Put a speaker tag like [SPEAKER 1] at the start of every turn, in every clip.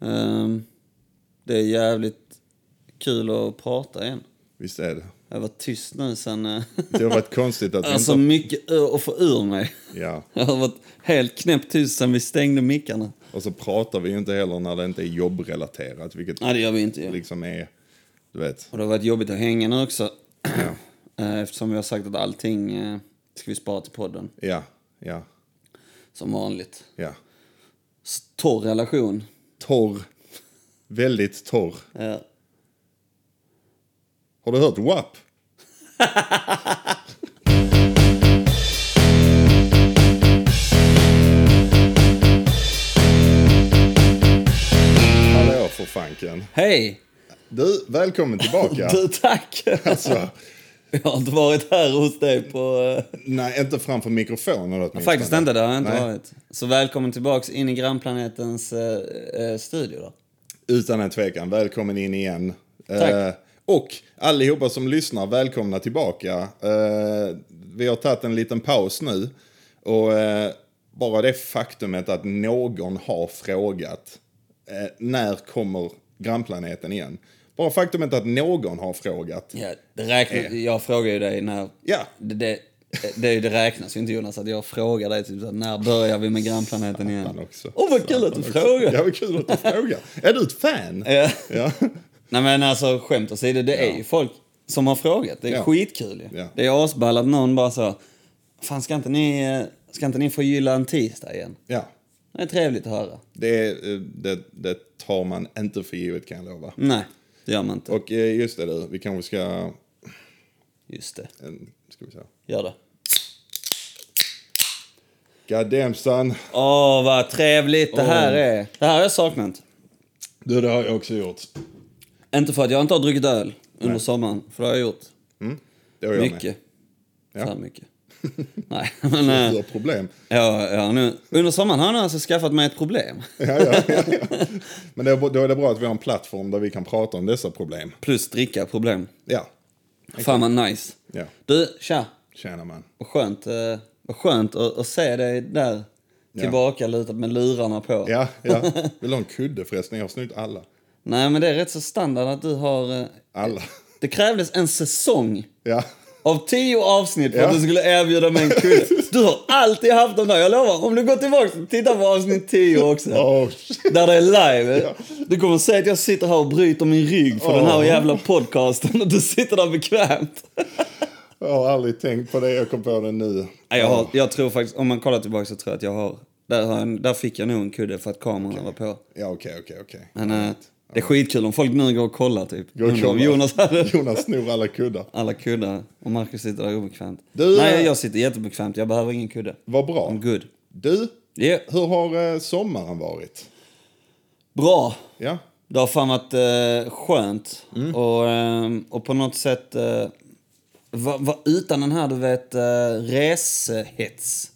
[SPEAKER 1] Ehm, det är jävligt kul att prata igen.
[SPEAKER 2] Visst är det?
[SPEAKER 1] Jag har varit tyst nu sen... eh,
[SPEAKER 2] Det har varit konstigt att vi
[SPEAKER 1] alltså
[SPEAKER 2] inte...
[SPEAKER 1] mycket ur- att få ur mig.
[SPEAKER 2] Ja,
[SPEAKER 1] Jag har varit helt knäpptyst sen vi stängde mickarna.
[SPEAKER 2] och så pratar vi ju inte heller när det inte är jobbrelaterat, vilket
[SPEAKER 1] Nej, det gör vi inte. ju.
[SPEAKER 2] liksom är... Du vet.
[SPEAKER 1] Och det har varit jobbigt att hänga nu också. Eh, Eftersom vi har sagt att allting eh, ska vi spara till podden.
[SPEAKER 2] Ja, ja,
[SPEAKER 1] Som vanligt.
[SPEAKER 2] ja.
[SPEAKER 1] S- Torr relation.
[SPEAKER 2] Torr. Väldigt torr.
[SPEAKER 1] Ja.
[SPEAKER 2] Har du hört WAP? Hallå för fanken.
[SPEAKER 1] Hej!
[SPEAKER 2] Du, välkommen tillbaka.
[SPEAKER 1] Du, tack!
[SPEAKER 2] Alltså,
[SPEAKER 1] Jag har inte varit här hos dig på... eh,
[SPEAKER 2] nej, inte framför mikrofonen åtminstone.
[SPEAKER 1] Faktiskt inte, det har jag inte
[SPEAKER 2] Nej,
[SPEAKER 1] varit. Så välkommen tillbaks in i grannplanetens eh, eh, studio då.
[SPEAKER 2] Utan en tvekan, välkommen in igen.
[SPEAKER 1] Tack.
[SPEAKER 2] Eh, och allihopa som lyssnar, välkomna tillbaka. Eh, vi har tagit en liten paus nu. Och eh, bara det faktumet att någon har frågat eh, när kommer grannplaneten igen? Bara faktumet att någon har frågat.
[SPEAKER 1] Ja, det räknas, Eh. jag frågar ju dig när...
[SPEAKER 2] Ja.
[SPEAKER 1] Det, det, det, är ju- det räknas ju inte Jonas att jag frågar dig typ så här, när börjar vi med grannplaneten igen?
[SPEAKER 2] Fan också.
[SPEAKER 1] Åh vad kul att du frågar!
[SPEAKER 2] Ja, vad kul att du frågar. Är du ett fan?
[SPEAKER 1] Ja.
[SPEAKER 2] Ja.
[SPEAKER 1] Nej men alltså skämt åsido, det är ju folk som har frågat. Det är
[SPEAKER 2] Ja.
[SPEAKER 1] skitkul ju.
[SPEAKER 2] Ja.
[SPEAKER 1] Det är asball att någon bara så... Fan ska inte ni, eh, ska inte ni få gilla en tisdag igen?
[SPEAKER 2] ja.
[SPEAKER 1] Det är trevligt att höra.
[SPEAKER 2] Det, eh, det, det tar man inte för givet kan jag lova.
[SPEAKER 1] Nej, det gör man inte.
[SPEAKER 2] Och eh, just det du, vi kanske ska...
[SPEAKER 1] Just det.
[SPEAKER 2] en- Ska vi säga.
[SPEAKER 1] Gör det.
[SPEAKER 2] God damn son.
[SPEAKER 1] Åh, vad trevligt det här
[SPEAKER 2] Åh.
[SPEAKER 1] är. Det här har jag saknat.
[SPEAKER 2] Du, det har jag också gjort.
[SPEAKER 1] Inte för att jag inte har druckit öl under sommaren, för det har jag gjort.
[SPEAKER 2] Det har jag
[SPEAKER 1] mycket.
[SPEAKER 2] Ja.
[SPEAKER 1] För mycket. Nej, men...
[SPEAKER 2] med.
[SPEAKER 1] Äh,
[SPEAKER 2] Du har problem.
[SPEAKER 1] ja, ja, nu, under sommaren har jag alltså skaffat mig ett problem.
[SPEAKER 2] Men det, är- då är det bra att vi har en plattform där vi kan prata om dessa problem.
[SPEAKER 1] Plus dricka problem.
[SPEAKER 2] Ja,
[SPEAKER 1] Fan vad nice.
[SPEAKER 2] ja.
[SPEAKER 1] Du, tja.
[SPEAKER 2] Tjena man.
[SPEAKER 1] Vad skönt, eh, vad skönt att, att se dig där. Tillbaka lutat med lurarna på.
[SPEAKER 2] Ja, ja. Vill du ha en kudde förresten? Jag har snott alla.
[SPEAKER 1] Nej, men det är rätt så standard att du har... eh,
[SPEAKER 2] Alla.
[SPEAKER 1] Det krävdes en säsong
[SPEAKER 2] Ja.
[SPEAKER 1] Av tio avsnitt för att
[SPEAKER 2] Ja.
[SPEAKER 1] du skulle erbjuda mig en kudde. Du har alltid haft dem där, jag lovar. Om du går tillbaka och tittar på avsnitt 10 också.
[SPEAKER 2] Oh, shit.
[SPEAKER 1] Där det är live. Du kommer se att jag sitter här och bryter min rygg för den här
[SPEAKER 2] Åh.
[SPEAKER 1] jävla podcasten. Och du sitter där bekvämt.
[SPEAKER 2] jag har aldrig tänkt på det. Jag kom på det nu.
[SPEAKER 1] Nej, Jag, har, jag tror faktiskt, om man kollar tillbaka så tror jag att jag har. Där, har jag, där fick jag nog en kudde för att kameran var på.
[SPEAKER 2] Ja, okej, okej, okej.
[SPEAKER 1] Men eh, det är skitkul om folk nu går och kollar typ.
[SPEAKER 2] Gå och
[SPEAKER 1] Undrar om
[SPEAKER 2] kolla.
[SPEAKER 1] Jonas hade
[SPEAKER 2] Jonas snor alla kuddar.
[SPEAKER 1] alla kuddar och Marcus sitter där obekvämt.
[SPEAKER 2] Du,
[SPEAKER 1] Nej,
[SPEAKER 2] eh,
[SPEAKER 1] jag sitter jättebekvämt. Jag behöver ingen kudde.
[SPEAKER 2] Vad bra.
[SPEAKER 1] I'm good.
[SPEAKER 2] Du,
[SPEAKER 1] Yeah.
[SPEAKER 2] hur har eh, sommaren varit?
[SPEAKER 1] Bra.
[SPEAKER 2] Ja,
[SPEAKER 1] Det har fan varit eh, skönt.
[SPEAKER 2] Mm.
[SPEAKER 1] Och, ehm, och på något sätt... Eh, var, var utan den här, du vet, eh, reshets.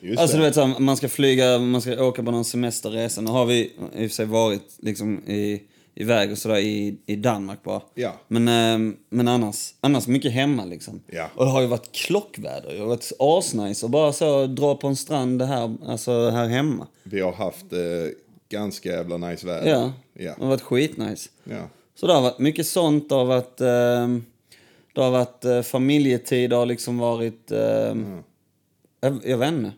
[SPEAKER 2] just
[SPEAKER 1] Alltså
[SPEAKER 2] det.
[SPEAKER 1] du vet, så här, man ska flyga, man ska åka på någon semesterresa. Nu har vi i och för sig varit liksom i, iväg och sådär i, i Danmark bara.
[SPEAKER 2] Ja.
[SPEAKER 1] Men, ehm, men annars, annars mycket hemma liksom.
[SPEAKER 2] Ja.
[SPEAKER 1] Och det har ju varit klockväder. Det har varit asnice och bara så dra på en strand här, alltså här hemma.
[SPEAKER 2] Vi har haft eh, ganska jävla nice väder.
[SPEAKER 1] Ja.
[SPEAKER 2] Ja.
[SPEAKER 1] Det har varit skitnice.
[SPEAKER 2] ja.
[SPEAKER 1] Så det har varit mycket sånt av att ehm, det har varit eh, familjetid, det har liksom varit... ehm,
[SPEAKER 2] Mm.
[SPEAKER 1] jag, jag vet inte.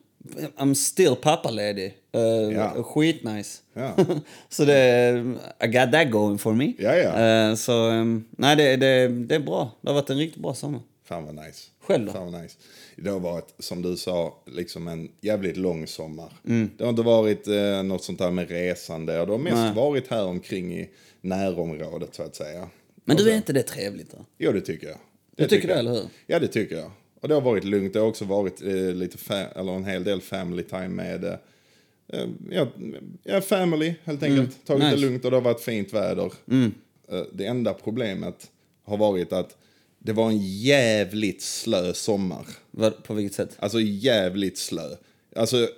[SPEAKER 1] I'm still pappaledig. Uh,
[SPEAKER 2] Ja.
[SPEAKER 1] Skitnice.
[SPEAKER 2] Ja.
[SPEAKER 1] så det är... I got that going for me.
[SPEAKER 2] Ja, ja.
[SPEAKER 1] Eh, så ehm, nej, det, det, det är bra. Det har varit en riktigt bra sommar.
[SPEAKER 2] Fan vad nice.
[SPEAKER 1] Själv då?
[SPEAKER 2] Fan vad nice. Det har varit, som du sa, liksom en jävligt lång sommar.
[SPEAKER 1] Mm.
[SPEAKER 2] Det har inte varit eh, något sånt där med resande. och Det har mest varit här omkring i närområdet så att säga.
[SPEAKER 1] Men du, är inte det trevligt? Då?
[SPEAKER 2] Jo, det tycker jag. Det
[SPEAKER 1] Du tycker det, eller hur?
[SPEAKER 2] Ja, det tycker jag. Och det har varit lugnt. Det har också varit eh, lite fa- eller en hel del family time med eh, eh, ja, ja, family helt enkelt. Tagit
[SPEAKER 1] Mm. Nice. Mm.
[SPEAKER 2] det lugnt och det har varit fint väder. Eh, det enda problemet har varit att det var en jävligt slö sommar.
[SPEAKER 1] Vad- På vilket sätt?
[SPEAKER 2] Alltså jävligt slö. Alltså jag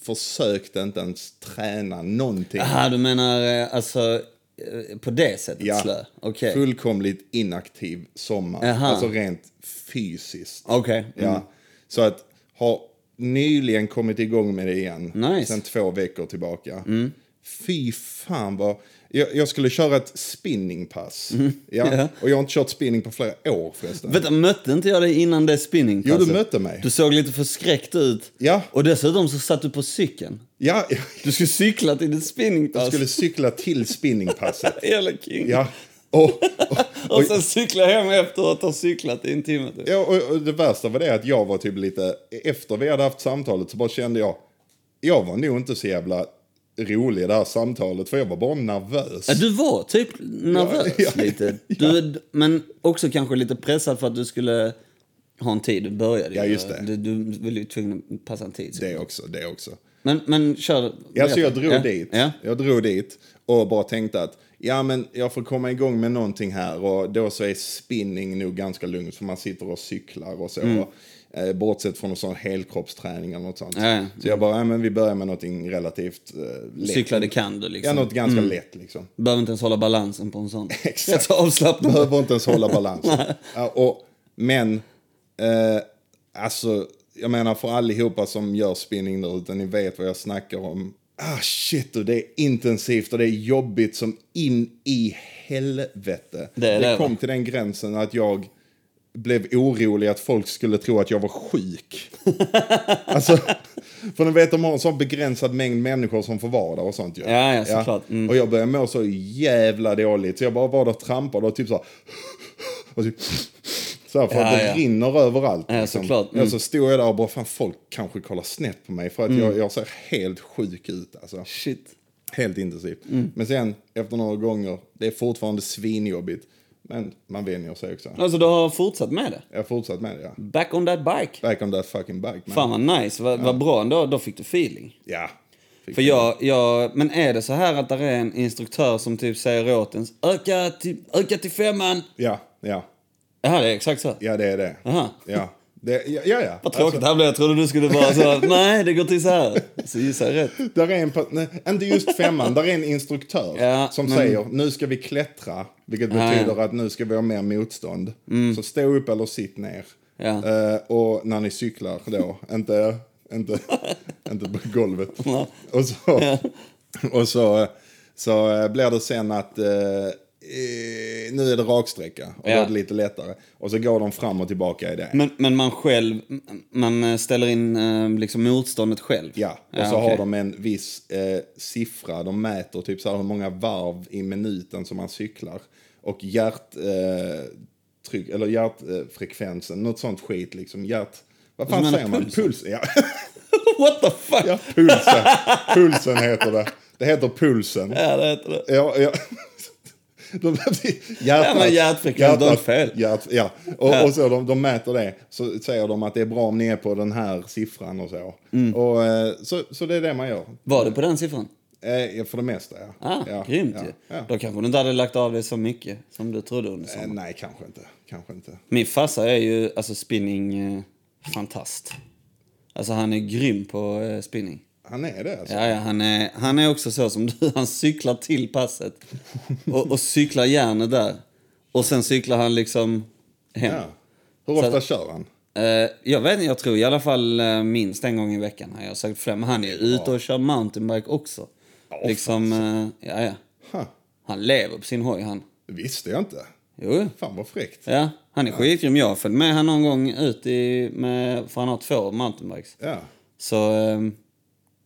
[SPEAKER 2] försökte inte ens träna någonting.
[SPEAKER 1] Aha, du menar eh, alltså eh, på det sättet
[SPEAKER 2] Ja.
[SPEAKER 1] slö? Okej.
[SPEAKER 2] Fullkomligt inaktiv sommar.
[SPEAKER 1] Aha.
[SPEAKER 2] Alltså rent fysiskt.
[SPEAKER 1] Okej. Mm.
[SPEAKER 2] Ja. Så att har nyligen kommit igång med det igen.
[SPEAKER 1] Nice.
[SPEAKER 2] Sen två veckor tillbaka. Fy fan vad... Jag, jag skulle köra ett spinningpass. Mm. Ja.
[SPEAKER 1] ja.
[SPEAKER 2] Och jag har inte kört spinning på flera år förresten.
[SPEAKER 1] Vänta, mötte inte jag dig innan det spinningpasset?
[SPEAKER 2] Jo, du mötte mig.
[SPEAKER 1] Du såg lite förskräckt ut.
[SPEAKER 2] Ja.
[SPEAKER 1] Och dessutom så satt du på cykeln.
[SPEAKER 2] Ja,
[SPEAKER 1] Du skulle cykla till ditt spinningpass.
[SPEAKER 2] jag skulle cykla till spinningpasset.
[SPEAKER 1] Jävla king.
[SPEAKER 2] Ja. Och, och,
[SPEAKER 1] Och sen cykla hem efteråt och ha cyklat i en timme typ.
[SPEAKER 2] Ja, och, och det värsta var det att jag var typ lite, efter vi hade haft samtalet så bara kände jag, jag var nog inte så jävla rolig i det här samtalet för jag var bara nervös.
[SPEAKER 1] Ja, du var typ nervös
[SPEAKER 2] Ja, ja,
[SPEAKER 1] lite. Du, Men också kanske lite pressad för att du skulle ha en tid. Du började ju.
[SPEAKER 2] Ja, just det.
[SPEAKER 1] Du, du var ju tvungen att passa en tid.
[SPEAKER 2] Det också, det också.
[SPEAKER 1] Typ. Men, men kör.
[SPEAKER 2] Ja, så jag
[SPEAKER 1] berätta.
[SPEAKER 2] drog
[SPEAKER 1] ja.
[SPEAKER 2] dit.
[SPEAKER 1] Ja.
[SPEAKER 2] Jag drog dit och bara tänkte att ja, men jag får komma igång med någonting här och då så är spinning nog ganska lugnt för man sitter och cyklar och så.
[SPEAKER 1] Mm.
[SPEAKER 2] eh, Bortsett från någon sån helkroppsträning eller något sånt.
[SPEAKER 1] Ja, ja.
[SPEAKER 2] Så jag bara, ja, men vi börjar med någonting relativt eh, lätt.
[SPEAKER 1] Cyklade kan du
[SPEAKER 2] Ja,
[SPEAKER 1] liksom.
[SPEAKER 2] något ganska lätt liksom.
[SPEAKER 1] Behöver inte ens hålla balansen på en sån.
[SPEAKER 2] Exakt.
[SPEAKER 1] Rätt så avslappnad.
[SPEAKER 2] Behöver inte ens hålla balansen. Ja, och, men, eh, alltså, jag menar för allihopa som gör spinning där ute, ni vet vad jag snackar om. Ah shit, och det är intensivt och det är jobbigt som in i helvete.
[SPEAKER 1] Det är det,
[SPEAKER 2] kom
[SPEAKER 1] va?
[SPEAKER 2] till den gränsen att jag blev orolig att folk skulle tro att jag var sjuk. alltså, för ni vet, de har en sån begränsad mängd människor som får vara där och sånt ju.
[SPEAKER 1] Ja, ja, såklart. Mm.
[SPEAKER 2] Och jag började må så jävla dåligt. Så jag bara var där och trampade och typ så här. Och typ, så här, för att
[SPEAKER 1] Ja,
[SPEAKER 2] det
[SPEAKER 1] ja.
[SPEAKER 2] rinner överallt. liksom.
[SPEAKER 1] Ja, såklart. Mm.
[SPEAKER 2] Och så stod jag där och bara, fan folk kanske kollar snett på mig. För att jag, jag ser helt sjuk ut alltså.
[SPEAKER 1] Mm. Shit. Mm.
[SPEAKER 2] Helt intensivt. Men sen, efter några gånger, det är fortfarande svinjobbigt. Men man vänjer sig också.
[SPEAKER 1] Alltså du har fortsatt med det?
[SPEAKER 2] Jag har fortsatt med det, ja.
[SPEAKER 1] Back on that bike?
[SPEAKER 2] Back on that fucking bike, man.
[SPEAKER 1] Fan vad nice, vad, vad bra ändå. Då fick du feeling.
[SPEAKER 2] Ja. Fick
[SPEAKER 1] För jag, jag, men är det så här att det är en instruktör som typ säger åt en öka till, öka till femman?
[SPEAKER 2] Ja, ja.
[SPEAKER 1] Ja, det är exakt så.
[SPEAKER 2] Ja, det är det.
[SPEAKER 1] Aha.
[SPEAKER 2] Ja. Det, ja, ja, ja.
[SPEAKER 1] Vad tråkigt det här blev. Jag trodde du skulle vara så. här, Nej, det går till så här. Så gissar jag rätt.
[SPEAKER 2] Där är en, pa- nej, inte just femman, där är en instruktör
[SPEAKER 1] Ja,
[SPEAKER 2] som
[SPEAKER 1] men-
[SPEAKER 2] säger nu ska vi klättra, vilket betyder att nu ska vi ha mer motstånd. Så stå upp eller sitt ner.
[SPEAKER 1] Mm. Ja.
[SPEAKER 2] Eh, och när ni cyklar då, inte, inte, inte på golvet. Och så, och så, så eh, blir det sen att eh, eh, nu är det raksträcka och
[SPEAKER 1] Ja.
[SPEAKER 2] då är det lite lättare. Och så går de fram och tillbaka i det.
[SPEAKER 1] Men, men man själv, man eh, ställer in eh, liksom motståndet själv?
[SPEAKER 2] Ja, och
[SPEAKER 1] Ja,
[SPEAKER 2] så
[SPEAKER 1] okej.
[SPEAKER 2] har de en viss eh, siffra. De mäter typ så här hur många varv i minuten som man cyklar. Och hjärt, eh, tryck, eller hjärtfrekvensen, något sånt skit liksom. Hjärt... Vad fan
[SPEAKER 1] Du menar
[SPEAKER 2] säger man?
[SPEAKER 1] pulsen?
[SPEAKER 2] Puls? Ja,
[SPEAKER 1] What the fuck?
[SPEAKER 2] ja pulsen. pulsen heter det. Det heter pulsen.
[SPEAKER 1] Ja, det heter det.
[SPEAKER 2] Ja, ja. De,
[SPEAKER 1] Ja, men hjärtfrekvens, de har fel.
[SPEAKER 2] Hjärt, ja. Och, och så de, de mäter det. Så säger de att det är bra om ni är på den här siffran och så.
[SPEAKER 1] Mm.
[SPEAKER 2] Och, eh, så, så det är det man gör.
[SPEAKER 1] Var du på den siffran?
[SPEAKER 2] Eh, ja, för det mesta, ja.
[SPEAKER 1] Ah,
[SPEAKER 2] ja,
[SPEAKER 1] grymt
[SPEAKER 2] ja,
[SPEAKER 1] ju.
[SPEAKER 2] ja.
[SPEAKER 1] Då kanske du inte hade lagt av dig så mycket som du trodde under
[SPEAKER 2] Eh,
[SPEAKER 1] sommaren.
[SPEAKER 2] nej, kanske inte. Kanske inte.
[SPEAKER 1] Min farsa är ju alltså spinning eh, fantast. Alltså han är grym på eh, spinning.
[SPEAKER 2] Han är det alltså.
[SPEAKER 1] Ja, ja, han, är, han är också så som du. Han cyklar till passet och, och cyklar järnet där. Och sen cyklar han liksom hem.
[SPEAKER 2] Ja. Hur ofta
[SPEAKER 1] Så-
[SPEAKER 2] kör han?
[SPEAKER 1] Eh, jag vet inte, jag tror i alla fall eh, minst en gång i veckan har jag sökt fram. Han är ute och kör mountainbike också. liksom, eh, ja, ja.
[SPEAKER 2] Ha,
[SPEAKER 1] Han lever på sin hoj han.
[SPEAKER 2] det visste jag inte.
[SPEAKER 1] Jo,
[SPEAKER 2] Fan vad fräckt.
[SPEAKER 1] ja. Han är skitgrym. Jag följde med han någon gång ut i, med, för han har två mountainbikes.
[SPEAKER 2] Ja.
[SPEAKER 1] Så ehm,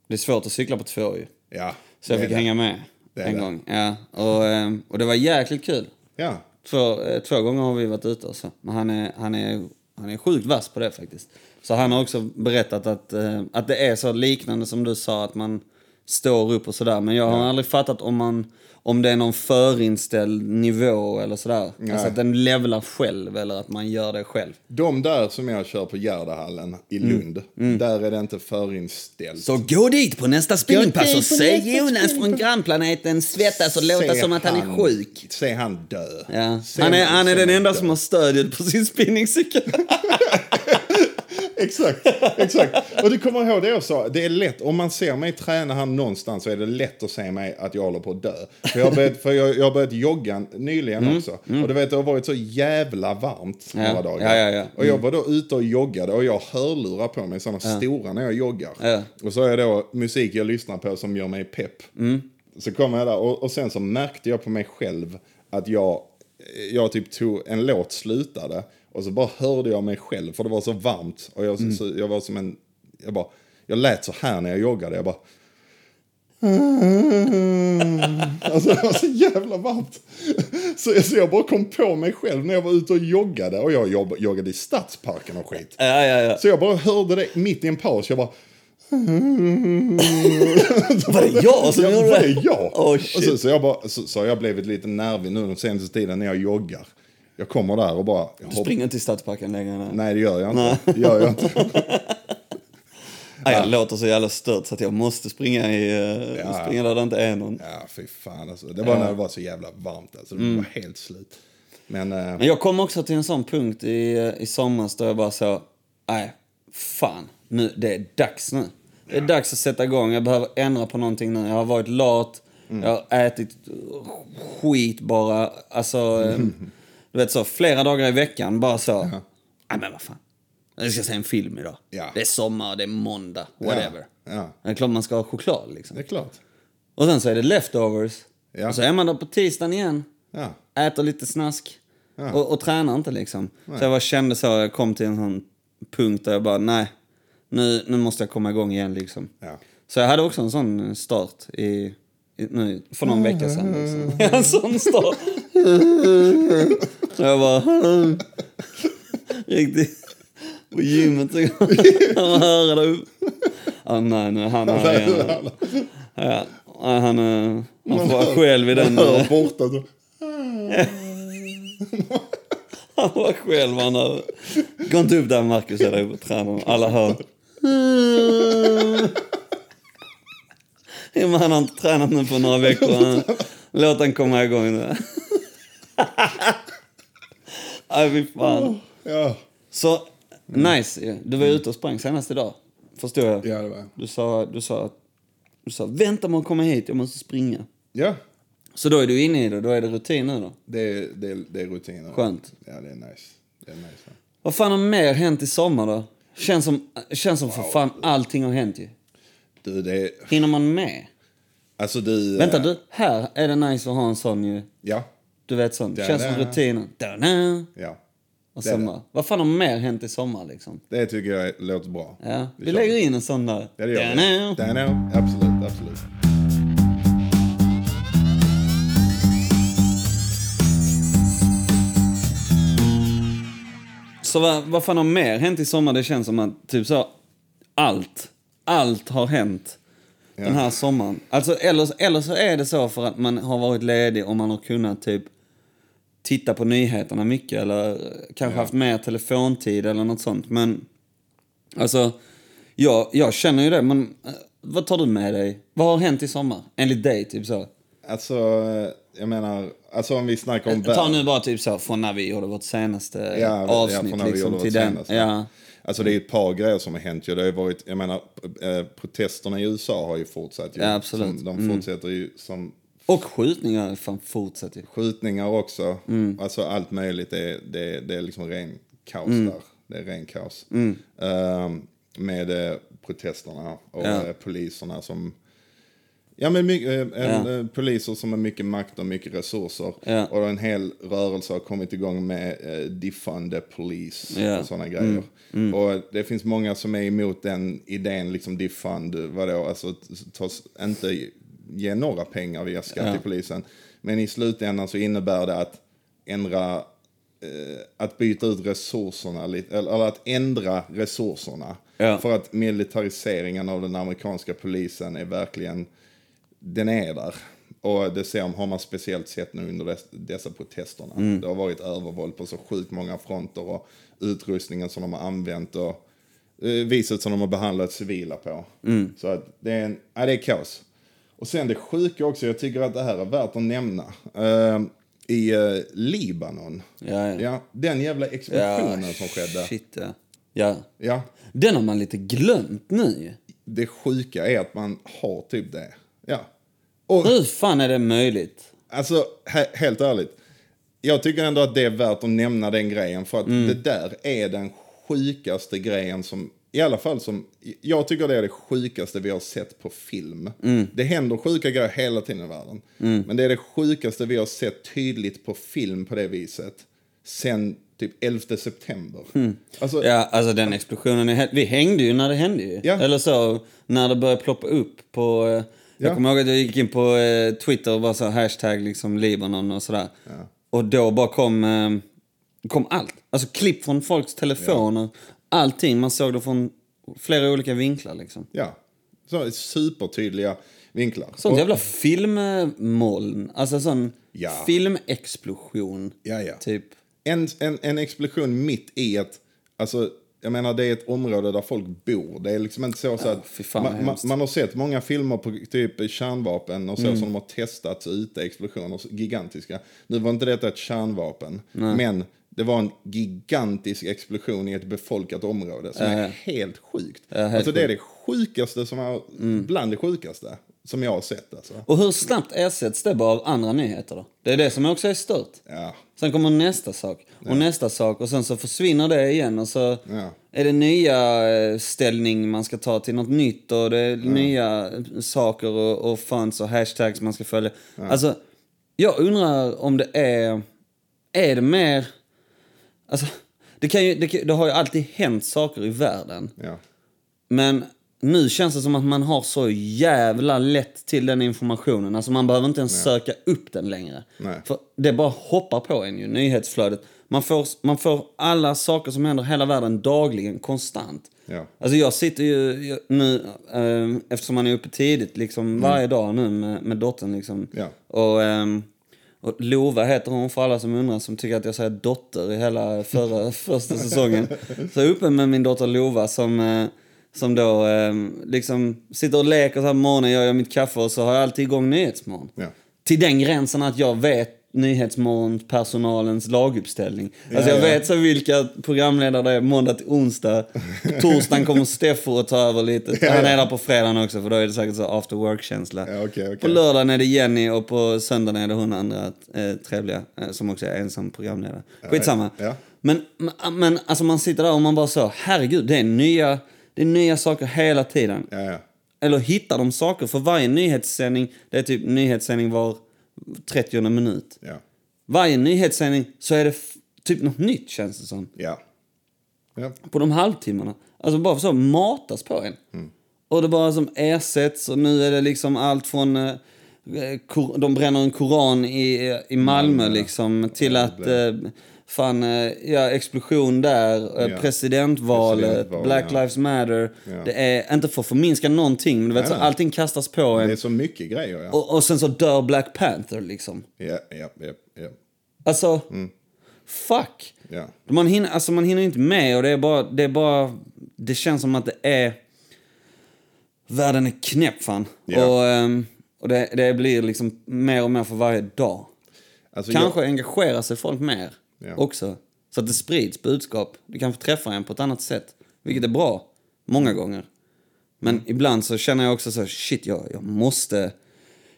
[SPEAKER 1] det är svårt att cykla på två ju.
[SPEAKER 2] Ja.
[SPEAKER 1] Så jag
[SPEAKER 2] det är
[SPEAKER 1] fick
[SPEAKER 2] det.
[SPEAKER 1] hänga med
[SPEAKER 2] Det är
[SPEAKER 1] en
[SPEAKER 2] det.
[SPEAKER 1] gång. Ja, och, ehm, och det var jäkligt kul.
[SPEAKER 2] Ja.
[SPEAKER 1] Två, eh, två gånger har vi varit ute och så. Men han är, han är, han är sjukt vass på det faktiskt. Så han har också berättat att, eh, att det är så liknande som du sa, att man står upp och sådär. Men jag har aldrig fattat om, man, om det är någon förinställd nivå eller sådär. Alltså att den levlar själv eller att man gör det själv.
[SPEAKER 2] De där som jag kör på Gärdahallen i Lund, där är det inte förinställt.
[SPEAKER 1] Mm. Så gå dit på nästa
[SPEAKER 2] Gå
[SPEAKER 1] spinningpass
[SPEAKER 2] dit
[SPEAKER 1] och
[SPEAKER 2] på nästa
[SPEAKER 1] se Jonas från grannplaneten svettas och låta
[SPEAKER 2] Se
[SPEAKER 1] som att han är sjuk.
[SPEAKER 2] Se han dö.
[SPEAKER 1] Ja.
[SPEAKER 2] Se
[SPEAKER 1] Han, är, han är
[SPEAKER 2] se
[SPEAKER 1] den enda
[SPEAKER 2] dö.
[SPEAKER 1] som har stödjut på sin spinningcykel.
[SPEAKER 2] Exakt, exakt. Och du kommer ihåg det jag sa, det är lätt, om man ser mig träna här någonstans så är det lätt att se mig att jag håller på att dö. För jag har börjat, för jag, jag har börjat jogga nyligen också. Och du vet, det har varit så jävla varmt
[SPEAKER 1] Mm, Ja.
[SPEAKER 2] några dagar.
[SPEAKER 1] Ja, ja, ja.
[SPEAKER 2] Och jag var då ute och joggade och jag har hörlurar på mig, sådana stora när jag joggar.
[SPEAKER 1] Ja.
[SPEAKER 2] Och så har jag då musik jag lyssnar på som gör mig pepp. Så kom jag där och, och sen så märkte jag på mig själv att jag, jag typ tog en låt slutade och så bara hörde jag mig själv för det var så varmt och jag, så, jag var som en, jag bara, jag lät så här när jag joggade, jag bara Alltså det var så jävla varmt. Så, så jag bara kom på mig själv när jag var ute och joggade och jag jobb, joggade i stadsparken och skit.
[SPEAKER 1] Ja, ja, ja.
[SPEAKER 2] Så jag bara hörde det mitt i en paus, jag bara
[SPEAKER 1] Var det jag som
[SPEAKER 2] ja,
[SPEAKER 1] gjorde
[SPEAKER 2] vad
[SPEAKER 1] det?
[SPEAKER 2] är jag?
[SPEAKER 1] Åh,
[SPEAKER 2] och
[SPEAKER 1] shit.
[SPEAKER 2] så, så, jag bara, så, så har jag blivit lite nervig nu den senaste tiden när jag joggar. Jag kommer där och bara... Jag
[SPEAKER 1] Du springer inte i stadsparken längre. Nej.
[SPEAKER 2] Nej, det gör jag inte. Det gör jag inte.
[SPEAKER 1] Nej, jag låter så jävla stört så att jag måste springa, i, eh,
[SPEAKER 2] Ja.
[SPEAKER 1] springa där det inte är någon.
[SPEAKER 2] Ja, fy fan alltså. Det var när det var så jävla varmt alltså. Det var helt slut. Men... eh,
[SPEAKER 1] Mm. Men jag kom också till en sån punkt i, eh, i somras då jag bara så, nej, fan, nu, det är dags nu. Det är dags att sätta igång, jag behöver ändra på någonting nu. Jag har varit lat,
[SPEAKER 2] Mm.
[SPEAKER 1] jag har ätit skit bara, alltså, eh, du vet så, flera dagar i veckan bara så, nej men vad fan, jag ska se en film idag.
[SPEAKER 2] Ja.
[SPEAKER 1] Det är sommar, det är måndag, whatever.
[SPEAKER 2] Ja, ja.
[SPEAKER 1] Det är klart man ska ha choklad liksom.
[SPEAKER 2] det är klart.
[SPEAKER 1] Och sen så är det leftovers,
[SPEAKER 2] Ja.
[SPEAKER 1] och så är man där på tisdagen igen
[SPEAKER 2] Ja.
[SPEAKER 1] äter lite snask och, och tränar inte liksom. Så jag bara kände så, jag kom till en sån punkt där jag bara, nej, nu, nu måste jag komma igång igen liksom.
[SPEAKER 2] Ja.
[SPEAKER 1] Så jag hade också en sån start i, i, nu, för någon vecka sedan. Liksom. En sån start. Så jag bara, riktigt. På gymmet så man höra det upp. Ah, nej, nu är han här igen. Ja, han, eh, han får vara själv i den. eh,
[SPEAKER 2] Hör borta så.
[SPEAKER 1] Han var själv, han har... Gå inte upp där Marcus är där uppe och tränar. Alla hör. Ja, men Han har inte tränat nu på några veckor. Han- Låt han komma igång nu. Aj, fy fan.
[SPEAKER 2] Ja.
[SPEAKER 1] Så, nice. ju. Du var ute och sprang senast idag. Förstår jag.
[SPEAKER 2] Ja, det var jag.
[SPEAKER 1] Du sa, du sa att... Du sa, vänta med att komma hit, jag måste springa.
[SPEAKER 2] Ja.
[SPEAKER 1] Så då är du inne i det, då är det rutin nu då.
[SPEAKER 2] Det är, det, är, det är rutinen.
[SPEAKER 1] Skönt.
[SPEAKER 2] Ja, det är nice. Det är nice.
[SPEAKER 1] Vad fan har mer hänt i sommar då? Känns som, känns som för fan allting har hänt ju.
[SPEAKER 2] Du, det är...
[SPEAKER 1] Hinner man med?
[SPEAKER 2] Alltså du...
[SPEAKER 1] Vänta du, här är det nice att ha en sån ju.
[SPEAKER 2] Ja.
[SPEAKER 1] Du vet sån,
[SPEAKER 2] Da-da.
[SPEAKER 1] känns som rutinen. Da-da.
[SPEAKER 2] Ja.
[SPEAKER 1] Och
[SPEAKER 2] Det är
[SPEAKER 1] sommar. Vad fan har mer hänt i sommar liksom?
[SPEAKER 2] Det tycker jag låter bra.
[SPEAKER 1] Ja, vi
[SPEAKER 2] kör.
[SPEAKER 1] lägger in en sån där.
[SPEAKER 2] Ja, det gör
[SPEAKER 1] Da-da.
[SPEAKER 2] vi. Dano. Absolut, absolut.
[SPEAKER 1] Så vad, vad fan har mer hänt i sommar? Det känns som att typ så, allt, allt har hänt den här sommaren. Alltså, eller, eller så är det så för att man har varit ledig och man har kunnat typ titta på nyheterna mycket eller eh, kanske haft mer telefontid eller något sånt. Men alltså, jag, jag känner ju det. Men eh, vad tar du med dig? Vad har hänt i sommar? Enligt dig, typ så.
[SPEAKER 2] Alltså, jag menar, alltså om vi snackar om
[SPEAKER 1] Ta
[SPEAKER 2] värld.
[SPEAKER 1] nu bara typ så från när vi gjorde vårt senaste
[SPEAKER 2] Ja, ja,
[SPEAKER 1] avsnitt
[SPEAKER 2] från när vi
[SPEAKER 1] liksom
[SPEAKER 2] gjorde
[SPEAKER 1] till
[SPEAKER 2] vårt
[SPEAKER 1] den.
[SPEAKER 2] senaste.
[SPEAKER 1] Ja.
[SPEAKER 2] Alltså det är ett par grejer som har hänt ju. Det har ju varit, jag menar, eh, protesterna i USA har ju fortsatt ju.
[SPEAKER 1] Ja, absolut. Mm.
[SPEAKER 2] Som, de fortsätter ju som
[SPEAKER 1] Och skjutningar fan fortsätter ju.
[SPEAKER 2] skjutningar också.
[SPEAKER 1] Mm.
[SPEAKER 2] Alltså allt möjligt. Det, det, det är liksom ren kaos
[SPEAKER 1] Mm.
[SPEAKER 2] där. Det är ren kaos. Ehm, med eh, protesterna och
[SPEAKER 1] Ja.
[SPEAKER 2] eh, poliserna som... Ja, men my- eh, en,
[SPEAKER 1] Ja.
[SPEAKER 2] eh, poliser som har mycket makt och mycket resurser.
[SPEAKER 1] Ja.
[SPEAKER 2] Och en hel rörelse har kommit igång med eh, defund the police
[SPEAKER 1] Ja.
[SPEAKER 2] och sådana grejer. Och det finns många som är emot den idén, liksom defund, vadå, alltså t- ta, s- inte ge några pengar via skatt till polisen. Men i slutändan så innebär det att ändra, eh, att byta ut resurserna lite, eller, eller att ändra resurserna.
[SPEAKER 1] Ja.
[SPEAKER 2] För att militariseringen av den amerikanska polisen är verkligen den är där. Och det ser man, har man speciellt sett nu under des, dessa protesterna.
[SPEAKER 1] Mm.
[SPEAKER 2] Det har varit övervåld på så sjukt många fronter och utrustningen som de har använt och eh, viset som de har behandlat civila på.
[SPEAKER 1] Mm.
[SPEAKER 2] Så att det är, en, ja, det är kaos. Och sen det sjuka också, jag tycker att det här är värt att nämna. Eh, I eh, Libanon,
[SPEAKER 1] Ja, ja.
[SPEAKER 2] den jävla explosionen som skedde.
[SPEAKER 1] Shit, ja. ja.
[SPEAKER 2] Ja,
[SPEAKER 1] Den har man lite glömt nu ju.
[SPEAKER 2] det sjuka är att man har typ det. Ja. Och
[SPEAKER 1] Hur fan är det möjligt?
[SPEAKER 2] Alltså, he- helt ärligt. Jag tycker ändå
[SPEAKER 1] Mm.
[SPEAKER 2] att det är värt att nämna den grejen för att det där är den sjukaste grejen som... i alla fall som, jag tycker det är det sjukaste vi har sett på film.
[SPEAKER 1] Mm.
[SPEAKER 2] Det händer sjuka grejer hela tiden i världen. Men det är det sjukaste vi har sett tydligt på film på det viset. Sen typ 11 september. Alltså,
[SPEAKER 1] Ja, alltså den explosionen, är helt- vi hängde ju när det hände ju.
[SPEAKER 2] Ja.
[SPEAKER 1] Eller så, när det började ploppa upp på... eh, Jag
[SPEAKER 2] Ja.
[SPEAKER 1] kommer ihåg att jag gick in på eh, Twitter och bara så hashtag liksom Libanon och sådär. Och då bara kom, eh, kom allt. Alltså klipp från folks telefoner, allting. Man såg det från flera olika vinklar liksom.
[SPEAKER 2] ja. Så supertydliga vinklar.
[SPEAKER 1] Sånt
[SPEAKER 2] Och-
[SPEAKER 1] jävla filmmoln, alltså sån
[SPEAKER 2] Ja.
[SPEAKER 1] filmexplosion.
[SPEAKER 2] Ja, ja.
[SPEAKER 1] Typ.
[SPEAKER 2] en, en, en explosion mitt i ett... Alltså, jag menar, det är ett område där folk bor. Det är liksom inte så, så att...
[SPEAKER 1] fy fan, vad
[SPEAKER 2] man, man,
[SPEAKER 1] hemskt. Mm.
[SPEAKER 2] man har sett många filmer på typ kärnvapen och så som de har testats ute, explosioner, så gigantiska. Nu var inte detta ett kärnvapen, men det var en gigantisk explosion i ett befolkat område som är helt sjukt.
[SPEAKER 1] helt Mm.
[SPEAKER 2] alltså det är det sjukaste som har, bland det sjukaste som jag har sett alltså.
[SPEAKER 1] Och hur snabbt ersätts det bara av andra nyheter då? Det är det som också är stört.
[SPEAKER 2] Ja,
[SPEAKER 1] Sen kommer nästa sak och nästa sak och sen så försvinner det igen och så
[SPEAKER 2] Ja.
[SPEAKER 1] är det nya eh, ställning man ska ta till något nytt och det är nya eh, saker och, och funds och hashtags man ska följa. Alltså, jag undrar om det är... Är det mer... Alltså, det, kan ju, det, kan, det har ju alltid hänt saker i världen.
[SPEAKER 2] ja.
[SPEAKER 1] Men nu känns det som att man har så jävla lätt till den informationen. Alltså man behöver inte ens söka upp den längre.
[SPEAKER 2] Nej.
[SPEAKER 1] För det bara hoppar på en ju, nyhetsflödet. Man får, man får alla saker som händer i hela världen dagligen, konstant.
[SPEAKER 2] Ja.
[SPEAKER 1] Alltså jag sitter ju jag- nu, eh, eftersom man är uppe tidigt, liksom varje dag nu med, med dottern liksom.
[SPEAKER 2] Mm. Ja.
[SPEAKER 1] Och, ehm, och Lova heter hon för alla som undrar, som tycker att jag säger dotter i hela förra, första säsongen. Så jag är uppe med min dotter Lova som, eh, som då ehm, liksom sitter och leker så här på morgonen, jag gör mitt kaffe och så har jag alltid igång Nyhetsmorgon.
[SPEAKER 2] Ja.
[SPEAKER 1] Till den gränsen att jag vet Nyhetsmorgon-personalens laguppställning. Alltså
[SPEAKER 2] Ja,
[SPEAKER 1] jag
[SPEAKER 2] ja.
[SPEAKER 1] vet så vilka programledare det är måndag till onsdag. På torsdagen kommer Steffo att ta över lite. Han är där på fredagen också för då är det säkert så after work-känsla.
[SPEAKER 2] Ja, okej, okej.
[SPEAKER 1] På lördagen är det Jenny och på söndagen är det hon andra eh, trevliga eh, som också är ensam programledare. Skitsamma.
[SPEAKER 2] Ja.
[SPEAKER 1] Men, men alltså man sitter där och man bara så, herregud det är nya, det är nya saker hela tiden.
[SPEAKER 2] ja, ja.
[SPEAKER 1] Eller hittar de saker för varje nyhetssändning, det är typ nyhetssändning var 30 minut.
[SPEAKER 2] ja.
[SPEAKER 1] Varje nyhetssändning så är det f- typ något nytt känns det som.
[SPEAKER 2] ja. ja.
[SPEAKER 1] På de halvtimmarna. Alltså bara så matas på en.
[SPEAKER 2] Mm.
[SPEAKER 1] Och det bara som ersätts och nu är det liksom allt från eh, kor- de bränner en koran i, i Malmö liksom till att eh, fan, eh, ja, explosion där, eh,
[SPEAKER 2] Ja.
[SPEAKER 1] presidentvalet,
[SPEAKER 2] Presidentval,
[SPEAKER 1] Black
[SPEAKER 2] ja.
[SPEAKER 1] Lives Matter.
[SPEAKER 2] Ja.
[SPEAKER 1] Det är inte för att förminska någonting men du vet,
[SPEAKER 2] Nej,
[SPEAKER 1] så
[SPEAKER 2] nej.
[SPEAKER 1] allting kastas på en.
[SPEAKER 2] Det är så mycket grejer, ja.
[SPEAKER 1] Och, och sen så dör Black Panther liksom.
[SPEAKER 2] Ja, ja, ja, ja.
[SPEAKER 1] Alltså, fuck.
[SPEAKER 2] Ja.
[SPEAKER 1] Man hinner, alltså man hinner inte med och det är bara, det är bara, det känns som att det är, världen är knäpp fan.
[SPEAKER 2] Ja.
[SPEAKER 1] Och, ehm, och det, det blir liksom mer och mer för varje dag.
[SPEAKER 2] Alltså,
[SPEAKER 1] Kanske engagerar sig folk mer
[SPEAKER 2] Ja.
[SPEAKER 1] också. Så att det sprids budskap. Du kanske träffar en på ett annat sätt. Vilket är bra, många gånger. Men ibland så känner jag också så här, shit jag, jag måste,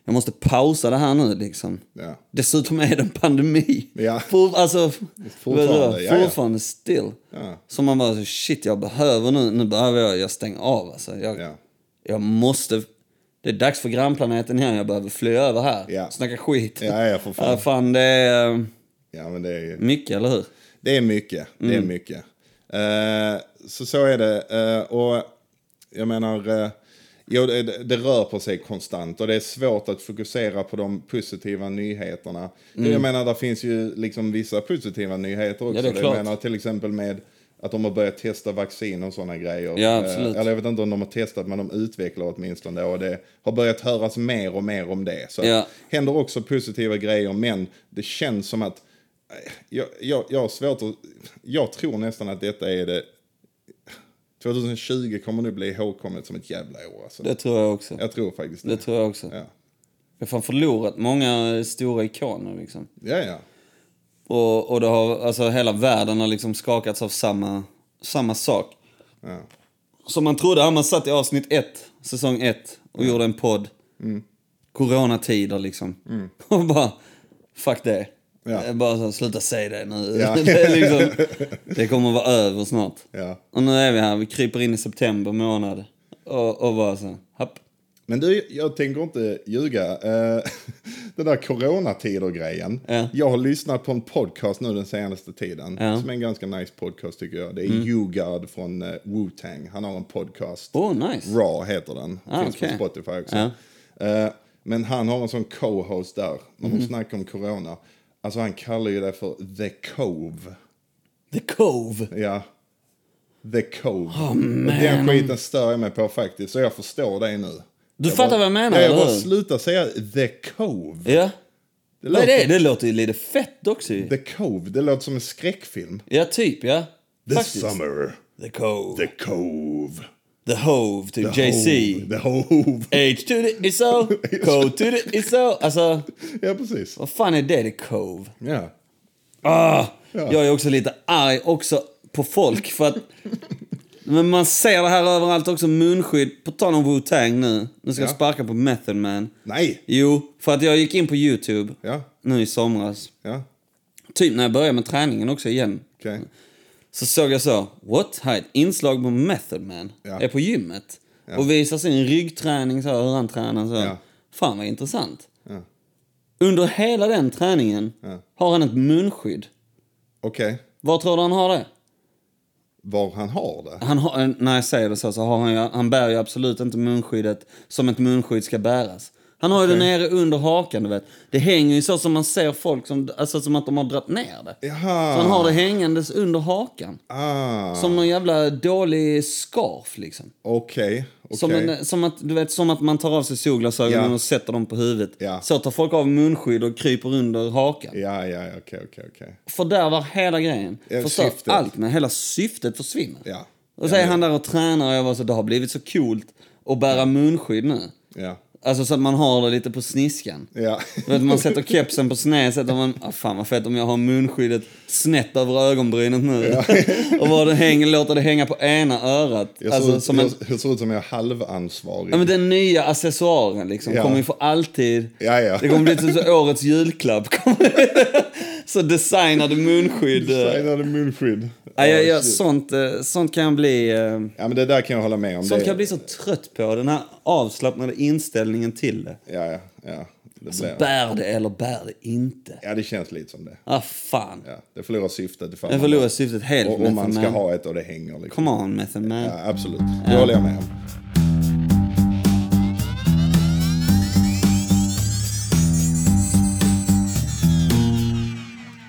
[SPEAKER 1] jag måste pausa det här nu liksom.
[SPEAKER 2] Jag, ja.
[SPEAKER 1] Dessutom är det en pandemi.
[SPEAKER 2] Ja.
[SPEAKER 1] For, alltså,
[SPEAKER 2] Fortfarande, ja, ja.
[SPEAKER 1] fortfarande still.
[SPEAKER 2] Ja.
[SPEAKER 1] Så man bara, så, shit jag behöver nu, nu behöver jag, jag stänger av alltså. Jag,
[SPEAKER 2] Ja.
[SPEAKER 1] jag måste, det är dags för grannplaneten igen, jag behöver fly över här.
[SPEAKER 2] Ja.
[SPEAKER 1] Snacka skit.
[SPEAKER 2] Ja, ja, för fan.
[SPEAKER 1] Ja, fan det är eh,
[SPEAKER 2] ja, men det är ju...
[SPEAKER 1] mycket, eller hur?
[SPEAKER 2] Det är mycket. Det
[SPEAKER 1] Mm.
[SPEAKER 2] är mycket. Eh, så så är det. Eh, och jag menar, eh, jo, det, det rör på sig konstant och det är svårt att fokusera på de positiva nyheterna. Jag menar, det finns ju liksom vissa positiva nyheter också.
[SPEAKER 1] Mm. Ja, det är klart.
[SPEAKER 2] Jag menar till exempel med att de har börjat testa vaccin och sådana grejer.
[SPEAKER 1] Ja,
[SPEAKER 2] Eh,
[SPEAKER 1] absolut.
[SPEAKER 2] Eller jag vet inte om de har testat, men de utvecklar åtminstone det. Och det har börjat höras mer och mer om det. Så
[SPEAKER 1] Ja.
[SPEAKER 2] händer också positiva grejer, men det känns som att... eh, Jag, jag, jag har svårt att... Jag tror nästan att detta är det... 2020 kommer nu bli ihågkommet som ett jävla år. Alltså.
[SPEAKER 1] Det tror jag också.
[SPEAKER 2] Jag tror faktiskt det.
[SPEAKER 1] Det tror jag också.
[SPEAKER 2] Ja,
[SPEAKER 1] Jag har fan förlorat många eh, stora ikoner liksom.
[SPEAKER 2] ja. ja.
[SPEAKER 1] Och, och det har, alltså hela världen har liksom skakats av samma, samma sak.
[SPEAKER 2] ja.
[SPEAKER 1] Som man trodde, ja, man satt i avsnitt ett, säsong ett och gjorde
[SPEAKER 2] Mm.
[SPEAKER 1] en podd. Coronatider liksom. Och bara, fuck det.
[SPEAKER 2] Ja.
[SPEAKER 1] Eh, Bara så, sluta säga det nu.
[SPEAKER 2] Ja.
[SPEAKER 1] det, är liksom, det kommer vara över snart.
[SPEAKER 2] Ja.
[SPEAKER 1] Och nu är vi här, vi kryper in i september månad. Och, och bara så, happ.
[SPEAKER 2] Men du, jag tänker inte ljuga. Eh, Den där coronatider-grejen.
[SPEAKER 1] Ja.
[SPEAKER 2] Jag har lyssnat på en podcast nu den senaste tiden.
[SPEAKER 1] Ja.
[SPEAKER 2] Som är en ganska nice podcast tycker jag. Det är YouGuard från eh, Wu-Tang. Han har en podcast.
[SPEAKER 1] Åh, oh, nice.
[SPEAKER 2] Raw heter den.
[SPEAKER 1] Ah,
[SPEAKER 2] Finns
[SPEAKER 1] okej.
[SPEAKER 2] på Spotify också.
[SPEAKER 1] Ja. Mm.
[SPEAKER 2] Eh, men han har en sån co-host där. När de snackar om corona. Alltså han kallar ju det för The Cove.
[SPEAKER 1] The Cove.
[SPEAKER 2] Ja. The Cove. och den skiten stör jag mig på faktiskt. Så jag förstår det nu.
[SPEAKER 1] Du fattar vad jag menar,
[SPEAKER 2] Ja, jag
[SPEAKER 1] eller
[SPEAKER 2] bara
[SPEAKER 1] hur?
[SPEAKER 2] sluta säga The Cove.
[SPEAKER 1] Ja. Vad
[SPEAKER 2] Det
[SPEAKER 1] är
[SPEAKER 2] låter,
[SPEAKER 1] det? Det låter ju lite fett också ju.
[SPEAKER 2] The Cove. Det låter som en skräckfilm.
[SPEAKER 1] Ja, typ ja.
[SPEAKER 2] The
[SPEAKER 1] Faktiskt.
[SPEAKER 2] Summer.
[SPEAKER 1] The Cove.
[SPEAKER 2] The
[SPEAKER 1] The,
[SPEAKER 2] Cove.
[SPEAKER 1] Hove, typ
[SPEAKER 2] The
[SPEAKER 1] JC.
[SPEAKER 2] Hove. The Hove.
[SPEAKER 1] H to the ISO, Cove to the ISO. Alltså,
[SPEAKER 2] Ja, precis.
[SPEAKER 1] vad fan är det? The Cove.
[SPEAKER 2] Ja.
[SPEAKER 1] Ah,
[SPEAKER 2] Ja.
[SPEAKER 1] Jag är också lite arg också på folk för att... Men man ser det här överallt också, munskydd. På tal om Wu-Tang nu. Nu ska jag
[SPEAKER 2] Ja.
[SPEAKER 1] sparka på Method Man.
[SPEAKER 2] Nej.
[SPEAKER 1] Jo, för att jag gick in på YouTube
[SPEAKER 2] Ja.
[SPEAKER 1] nu i somras.
[SPEAKER 2] Ja.
[SPEAKER 1] Typ när jag började med träningen också igen.
[SPEAKER 2] Okej.
[SPEAKER 1] Så såg jag så, what? Här är ett inslag på Method Man.
[SPEAKER 2] Ja.
[SPEAKER 1] Är på gymmet. Och visar sin ryggträning, så, här, hur han tränar. Så.
[SPEAKER 2] Ja.
[SPEAKER 1] Fan vad intressant.
[SPEAKER 2] Ja.
[SPEAKER 1] Under hela den träningen
[SPEAKER 2] Ja.
[SPEAKER 1] har han ett munskydd.
[SPEAKER 2] Okej.
[SPEAKER 1] Var tror du han har det?
[SPEAKER 2] Var han har det?
[SPEAKER 1] Han har, eh, när jag säger det så, så har han, ju, han bär ju absolut inte munskyddet som ett munskydd ska bäras. Han har ju det nere under hakan, du vet. Det hänger ju så som man ser folk, som, alltså som att de har dragit ner det.
[SPEAKER 2] Jaha.
[SPEAKER 1] Så han har det hängandes under hakan.
[SPEAKER 2] Ah.
[SPEAKER 1] Som någon jävla dålig scarf liksom.
[SPEAKER 2] Okej.
[SPEAKER 1] Som,
[SPEAKER 2] Okej.
[SPEAKER 1] en, eh, som, att, du vet, som att man tar av sig solglasögonen
[SPEAKER 2] Ja.
[SPEAKER 1] och sätter dem på huvudet.
[SPEAKER 2] Ja.
[SPEAKER 1] Så tar folk av munskydd och kryper under hakan.
[SPEAKER 2] Ja, ja, ja, okej, okej, okej.
[SPEAKER 1] Fördärvar hela grejen.
[SPEAKER 2] Ja,
[SPEAKER 1] Förstör
[SPEAKER 2] syftet.
[SPEAKER 1] allt med Hela syftet försvinner.
[SPEAKER 2] Ja.
[SPEAKER 1] Och så är han där och tränar och jag var så det har blivit så coolt att bära munskydd nu.
[SPEAKER 2] Ja.
[SPEAKER 1] Alltså så att man har det lite på sniskan.
[SPEAKER 2] Ja.
[SPEAKER 1] Du vet, man sätter kepsen på sned, sätter man... Ah, fan vad fett om jag har munskyddet snett över ögonbrynet nu. och bara det hänger, låter det hänga på ena örat.
[SPEAKER 2] Jag
[SPEAKER 1] Alltså,
[SPEAKER 2] ser ut,
[SPEAKER 1] som en,
[SPEAKER 2] jag, jag ser ut som jag är halvansvarig.
[SPEAKER 1] ja, men den nya accessoaren liksom,
[SPEAKER 2] Ja.
[SPEAKER 1] kommer ju för alltid...
[SPEAKER 2] Ja, ja.
[SPEAKER 1] Det kommer bli typ så årets julklapp. så designade munskydd.
[SPEAKER 2] Designade munskydd.
[SPEAKER 1] Ja, ja, ja,
[SPEAKER 2] shit.
[SPEAKER 1] sånt, eh, sånt kan jag bli... eh,
[SPEAKER 2] ja, men det där kan jag hålla med om.
[SPEAKER 1] Sånt
[SPEAKER 2] det,
[SPEAKER 1] kan jag bli så trött på, den här avslappnade inställningen till det.
[SPEAKER 2] Ja, ja, ja. Det
[SPEAKER 1] Så
[SPEAKER 2] blir...
[SPEAKER 1] bär det eller bär det inte.
[SPEAKER 2] Ja, det känns lite som det.
[SPEAKER 1] Ah, fan.
[SPEAKER 2] Ja, det förlorar syftet. ifall
[SPEAKER 1] Jag
[SPEAKER 2] man-
[SPEAKER 1] förlorar syftet helt.
[SPEAKER 2] Och om man
[SPEAKER 1] Method
[SPEAKER 2] ska
[SPEAKER 1] Man.
[SPEAKER 2] ha ett och det hänger. Liksom.
[SPEAKER 1] Come on, Method Man.
[SPEAKER 2] Ja, absolut. Det håller jag med om.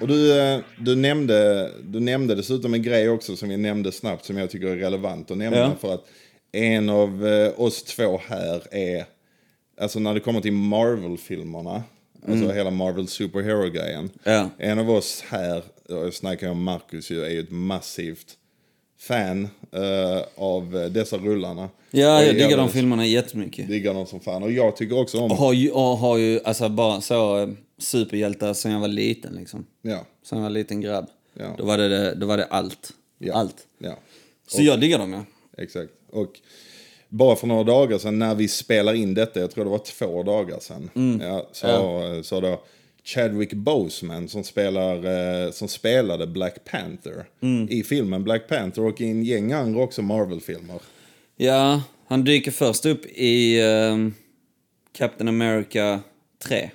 [SPEAKER 2] Och du, eh, du, nämnde, du nämnde dessutom en grej också som vi nämnde snabbt som jag tycker är relevant att nämna
[SPEAKER 1] Ja.
[SPEAKER 2] för att en av eh, oss två här är, alltså när det kommer till Marvel-filmerna, alltså hela Marvel Superhero-grejen,
[SPEAKER 1] Mm. Ja.
[SPEAKER 2] en av oss här, och jag snackar om Marcus ju, är ju ett massivt fan eh, av eh, dessa rullarna.
[SPEAKER 1] Ja,
[SPEAKER 2] Och
[SPEAKER 1] jag diggar de
[SPEAKER 2] jävligt-
[SPEAKER 1] filmerna jättemycket.
[SPEAKER 2] Diggar dem som fan. Och jag tycker också om...
[SPEAKER 1] Och har ju, och har ju alltså, bara så eh, superhjältar sen jag var liten. Liksom.
[SPEAKER 2] Ja,
[SPEAKER 1] Sen jag var liten grabb.
[SPEAKER 2] Ja.
[SPEAKER 1] Då, var det det, då var det allt.
[SPEAKER 2] ja,
[SPEAKER 1] Allt.
[SPEAKER 2] Ja,
[SPEAKER 1] Så jag diggar dem, ja.
[SPEAKER 2] exakt. Och bara för några dagar sedan när vi spelar in detta, jag tror det var två dagar sedan,
[SPEAKER 1] Mm.
[SPEAKER 2] ja, så, så då Chadwick Boseman som, spelar, eh, som spelade Black Panther
[SPEAKER 1] Mm.
[SPEAKER 2] i filmen Black Panther och i en gäng andra också Marvel-filmer.
[SPEAKER 1] Ja, han dyker först upp i ehm, Captain America 3.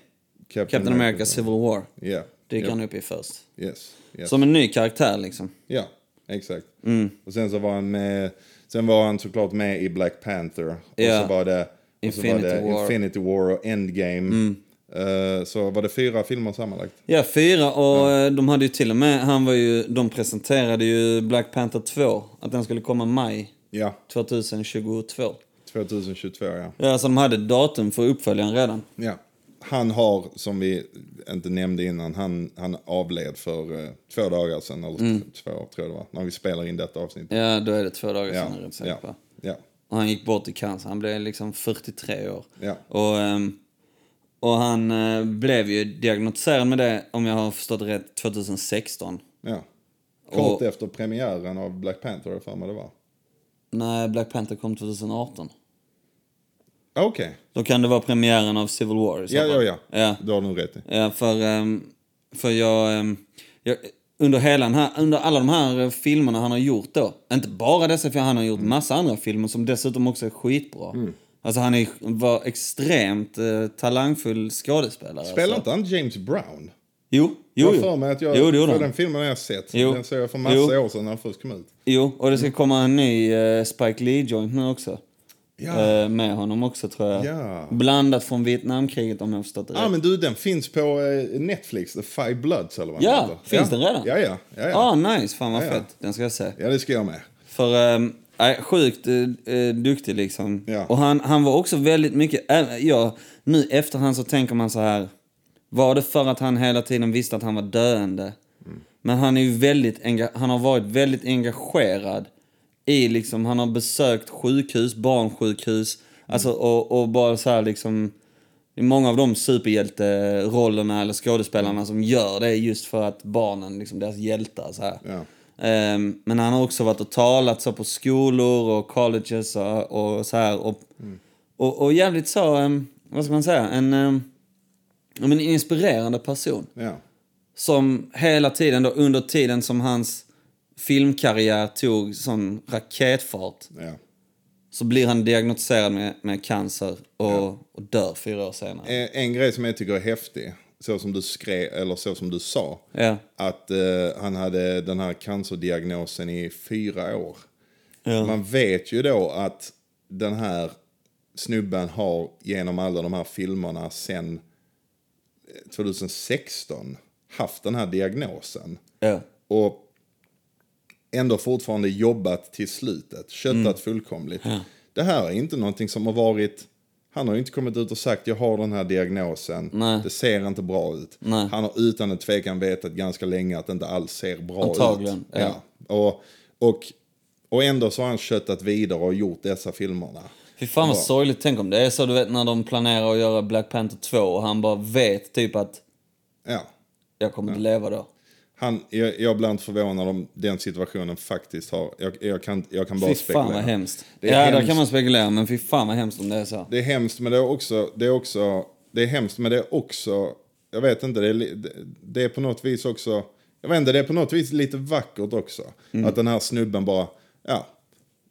[SPEAKER 2] Captain
[SPEAKER 1] Captain America Civil War.
[SPEAKER 2] Ja, yeah.
[SPEAKER 1] Dyker han upp i först.
[SPEAKER 2] Yes, yes.
[SPEAKER 1] Som en ny karaktär liksom.
[SPEAKER 2] Ja, exakt.
[SPEAKER 1] Mm.
[SPEAKER 2] Och sen så var han med, sen var han såklart med i Black Panther.
[SPEAKER 1] Ja.
[SPEAKER 2] Och så var det, och så var det
[SPEAKER 1] Infinity War. Mm.
[SPEAKER 2] Infinity War och Endgame. Eh, så var det fyra filmer sammanlagt.
[SPEAKER 1] Ja, fyra och eh, de hade ju till och med, han var ju, de presenterade ju Black Panther 2. Att den skulle komma maj
[SPEAKER 2] Ja,
[SPEAKER 1] 2022.
[SPEAKER 2] 2022 ja.
[SPEAKER 1] Ja, alltså de hade datum för uppföljaren redan.
[SPEAKER 2] ja. Han har, som vi inte nämnde innan, han, han avled för eh, två dagar sedan, eller två år tror jag det var, när vi spelar in detta avsnitt.
[SPEAKER 1] Mm. Ja, då är det två dagar
[SPEAKER 2] Ja,
[SPEAKER 1] sedan rätt säkert
[SPEAKER 2] ja,
[SPEAKER 1] va?
[SPEAKER 2] ja,
[SPEAKER 1] Och han gick bort i cancer, han blev liksom 43 år.
[SPEAKER 2] Ja.
[SPEAKER 1] Och, ehm, och han eh, blev ju diagnostiserad med det, om jag har förstått det rätt, 2016.
[SPEAKER 2] ja. Kort
[SPEAKER 1] Och-
[SPEAKER 2] efter premiären av Black Panther, har jag för mig det var.
[SPEAKER 1] När Black Panther kom 2018.
[SPEAKER 2] Okej,
[SPEAKER 1] Då kan det vara premiären av Civil War i så
[SPEAKER 2] ja,
[SPEAKER 1] fall.
[SPEAKER 2] ja, ja,
[SPEAKER 1] ja.
[SPEAKER 2] Du har nog rätt i.
[SPEAKER 1] Ja, för, ehm, För jag, ehm, jag under, hela den här, under alla de här eh, filmerna han har gjort då, inte bara dessa, för han har
[SPEAKER 2] Mm.
[SPEAKER 1] gjort massa andra filmer som dessutom också är skitbra. Alltså han är, var extremt eh, talangfull skådespelare.
[SPEAKER 2] Spelar
[SPEAKER 1] alltså.
[SPEAKER 2] inte han James Brown?
[SPEAKER 1] Jo,
[SPEAKER 2] Jag
[SPEAKER 1] jo,
[SPEAKER 2] har för
[SPEAKER 1] jo.
[SPEAKER 2] mig att jag,
[SPEAKER 1] jo, det gjorde
[SPEAKER 2] för
[SPEAKER 1] han.
[SPEAKER 2] den filmen har jag sett.
[SPEAKER 1] Jo.
[SPEAKER 2] Den såg jag för massa
[SPEAKER 1] Jo.
[SPEAKER 2] år sedan när den först kom ut.
[SPEAKER 1] Jo, och det ska komma en ny eh, Spike Lee-joint nu också.
[SPEAKER 2] Ja.
[SPEAKER 1] Eh, med honom också tror jag.
[SPEAKER 2] Ja.
[SPEAKER 1] Blandat från Vietnamkriget om jag har förstått det
[SPEAKER 2] Ja, ah,
[SPEAKER 1] rätt.
[SPEAKER 2] men du, den finns på eh, Netflix, The Five Bloods eller vad den
[SPEAKER 1] Ja,
[SPEAKER 2] heter.
[SPEAKER 1] finns
[SPEAKER 2] ja.
[SPEAKER 1] den redan?
[SPEAKER 2] Ja, ja, ja, ja.
[SPEAKER 1] Ah, nice. Fan vad
[SPEAKER 2] Ja, ja.
[SPEAKER 1] fett. Den ska jag se.
[SPEAKER 2] ja, det ska jag med.
[SPEAKER 1] För ehm, nej, sjukt eh, eh, duktig liksom.
[SPEAKER 2] Ja.
[SPEAKER 1] Och han, han var också väldigt mycket... Äh, ja, nu efterhand så tänker man så här. Var det för att han hela tiden visste att han var döende? Men han, är ju väldigt enga- han har varit väldigt engagerad i liksom... Han har besökt sjukhus, barnsjukhus. Alltså
[SPEAKER 2] Mm.
[SPEAKER 1] och, och bara så här liksom... Det är många av de superhjälterollerna eller
[SPEAKER 2] Mm.
[SPEAKER 1] skådespelarna som gör det just för att barnen, liksom deras hjältar så här.
[SPEAKER 2] Ja.
[SPEAKER 1] Ehm, men han har också varit och talat så på skolor och colleges och, och så här. Och, och, och jävligt så, ehm, vad ska man säga, en, ehm, ja, men en inspirerande person.
[SPEAKER 2] Ja.
[SPEAKER 1] Som hela tiden då, under tiden som hans filmkarriär tog sån raketfart
[SPEAKER 2] Ja.
[SPEAKER 1] så blir han diagnostiserad med, med cancer och, och dör fyra år senare.
[SPEAKER 2] En, en grej som jag tycker är häftig, så som du skrev, eller så som du sa,
[SPEAKER 1] Ja.
[SPEAKER 2] att eh, han hade den här cancerdiagnosen i fyra år. Man vet ju då att den här snubben har genom alla de här filmerna sen eh, 2016 haft den här diagnosen.
[SPEAKER 1] Ja.
[SPEAKER 2] Och ändå fortfarande jobbat till slutet, köttat
[SPEAKER 1] Mm.
[SPEAKER 2] fullkomligt. Det här är inte någonting som har varit... Han har ju inte kommit ut och sagt jag har den här diagnosen,
[SPEAKER 1] Nej.
[SPEAKER 2] det ser inte bra ut.
[SPEAKER 1] Nej.
[SPEAKER 2] Han har utan en tvekan vetat ganska länge att det inte alls ser bra
[SPEAKER 1] Antagligen,
[SPEAKER 2] ut.
[SPEAKER 1] ja.
[SPEAKER 2] Och, och, och ändå så har han köttat vidare och gjort dessa filmerna.
[SPEAKER 1] Fy fan vad sorgligt, tänk om det är så du vet när de planerar att göra Black Panther 2 och han bara vet typ att
[SPEAKER 2] Ja.
[SPEAKER 1] jag kommer inte leva då.
[SPEAKER 2] Han, jag, jag blir inte förvånad om den situationen faktiskt har... Jag, jag, kan, jag kan bara
[SPEAKER 1] Fy
[SPEAKER 2] spekulera.
[SPEAKER 1] fan vad hemskt.
[SPEAKER 2] Det
[SPEAKER 1] ja,
[SPEAKER 2] är
[SPEAKER 1] där
[SPEAKER 2] hemskt.
[SPEAKER 1] kan man spekulera, men fy fan vad hemskt om det är så.
[SPEAKER 2] Det är hemskt men det är också, det är också, det är hemskt men det är också, jag vet inte, det är, li- det- det är på något vis också, jag vet inte, det är på något vis lite vackert också. Att den här snubben bara, ja,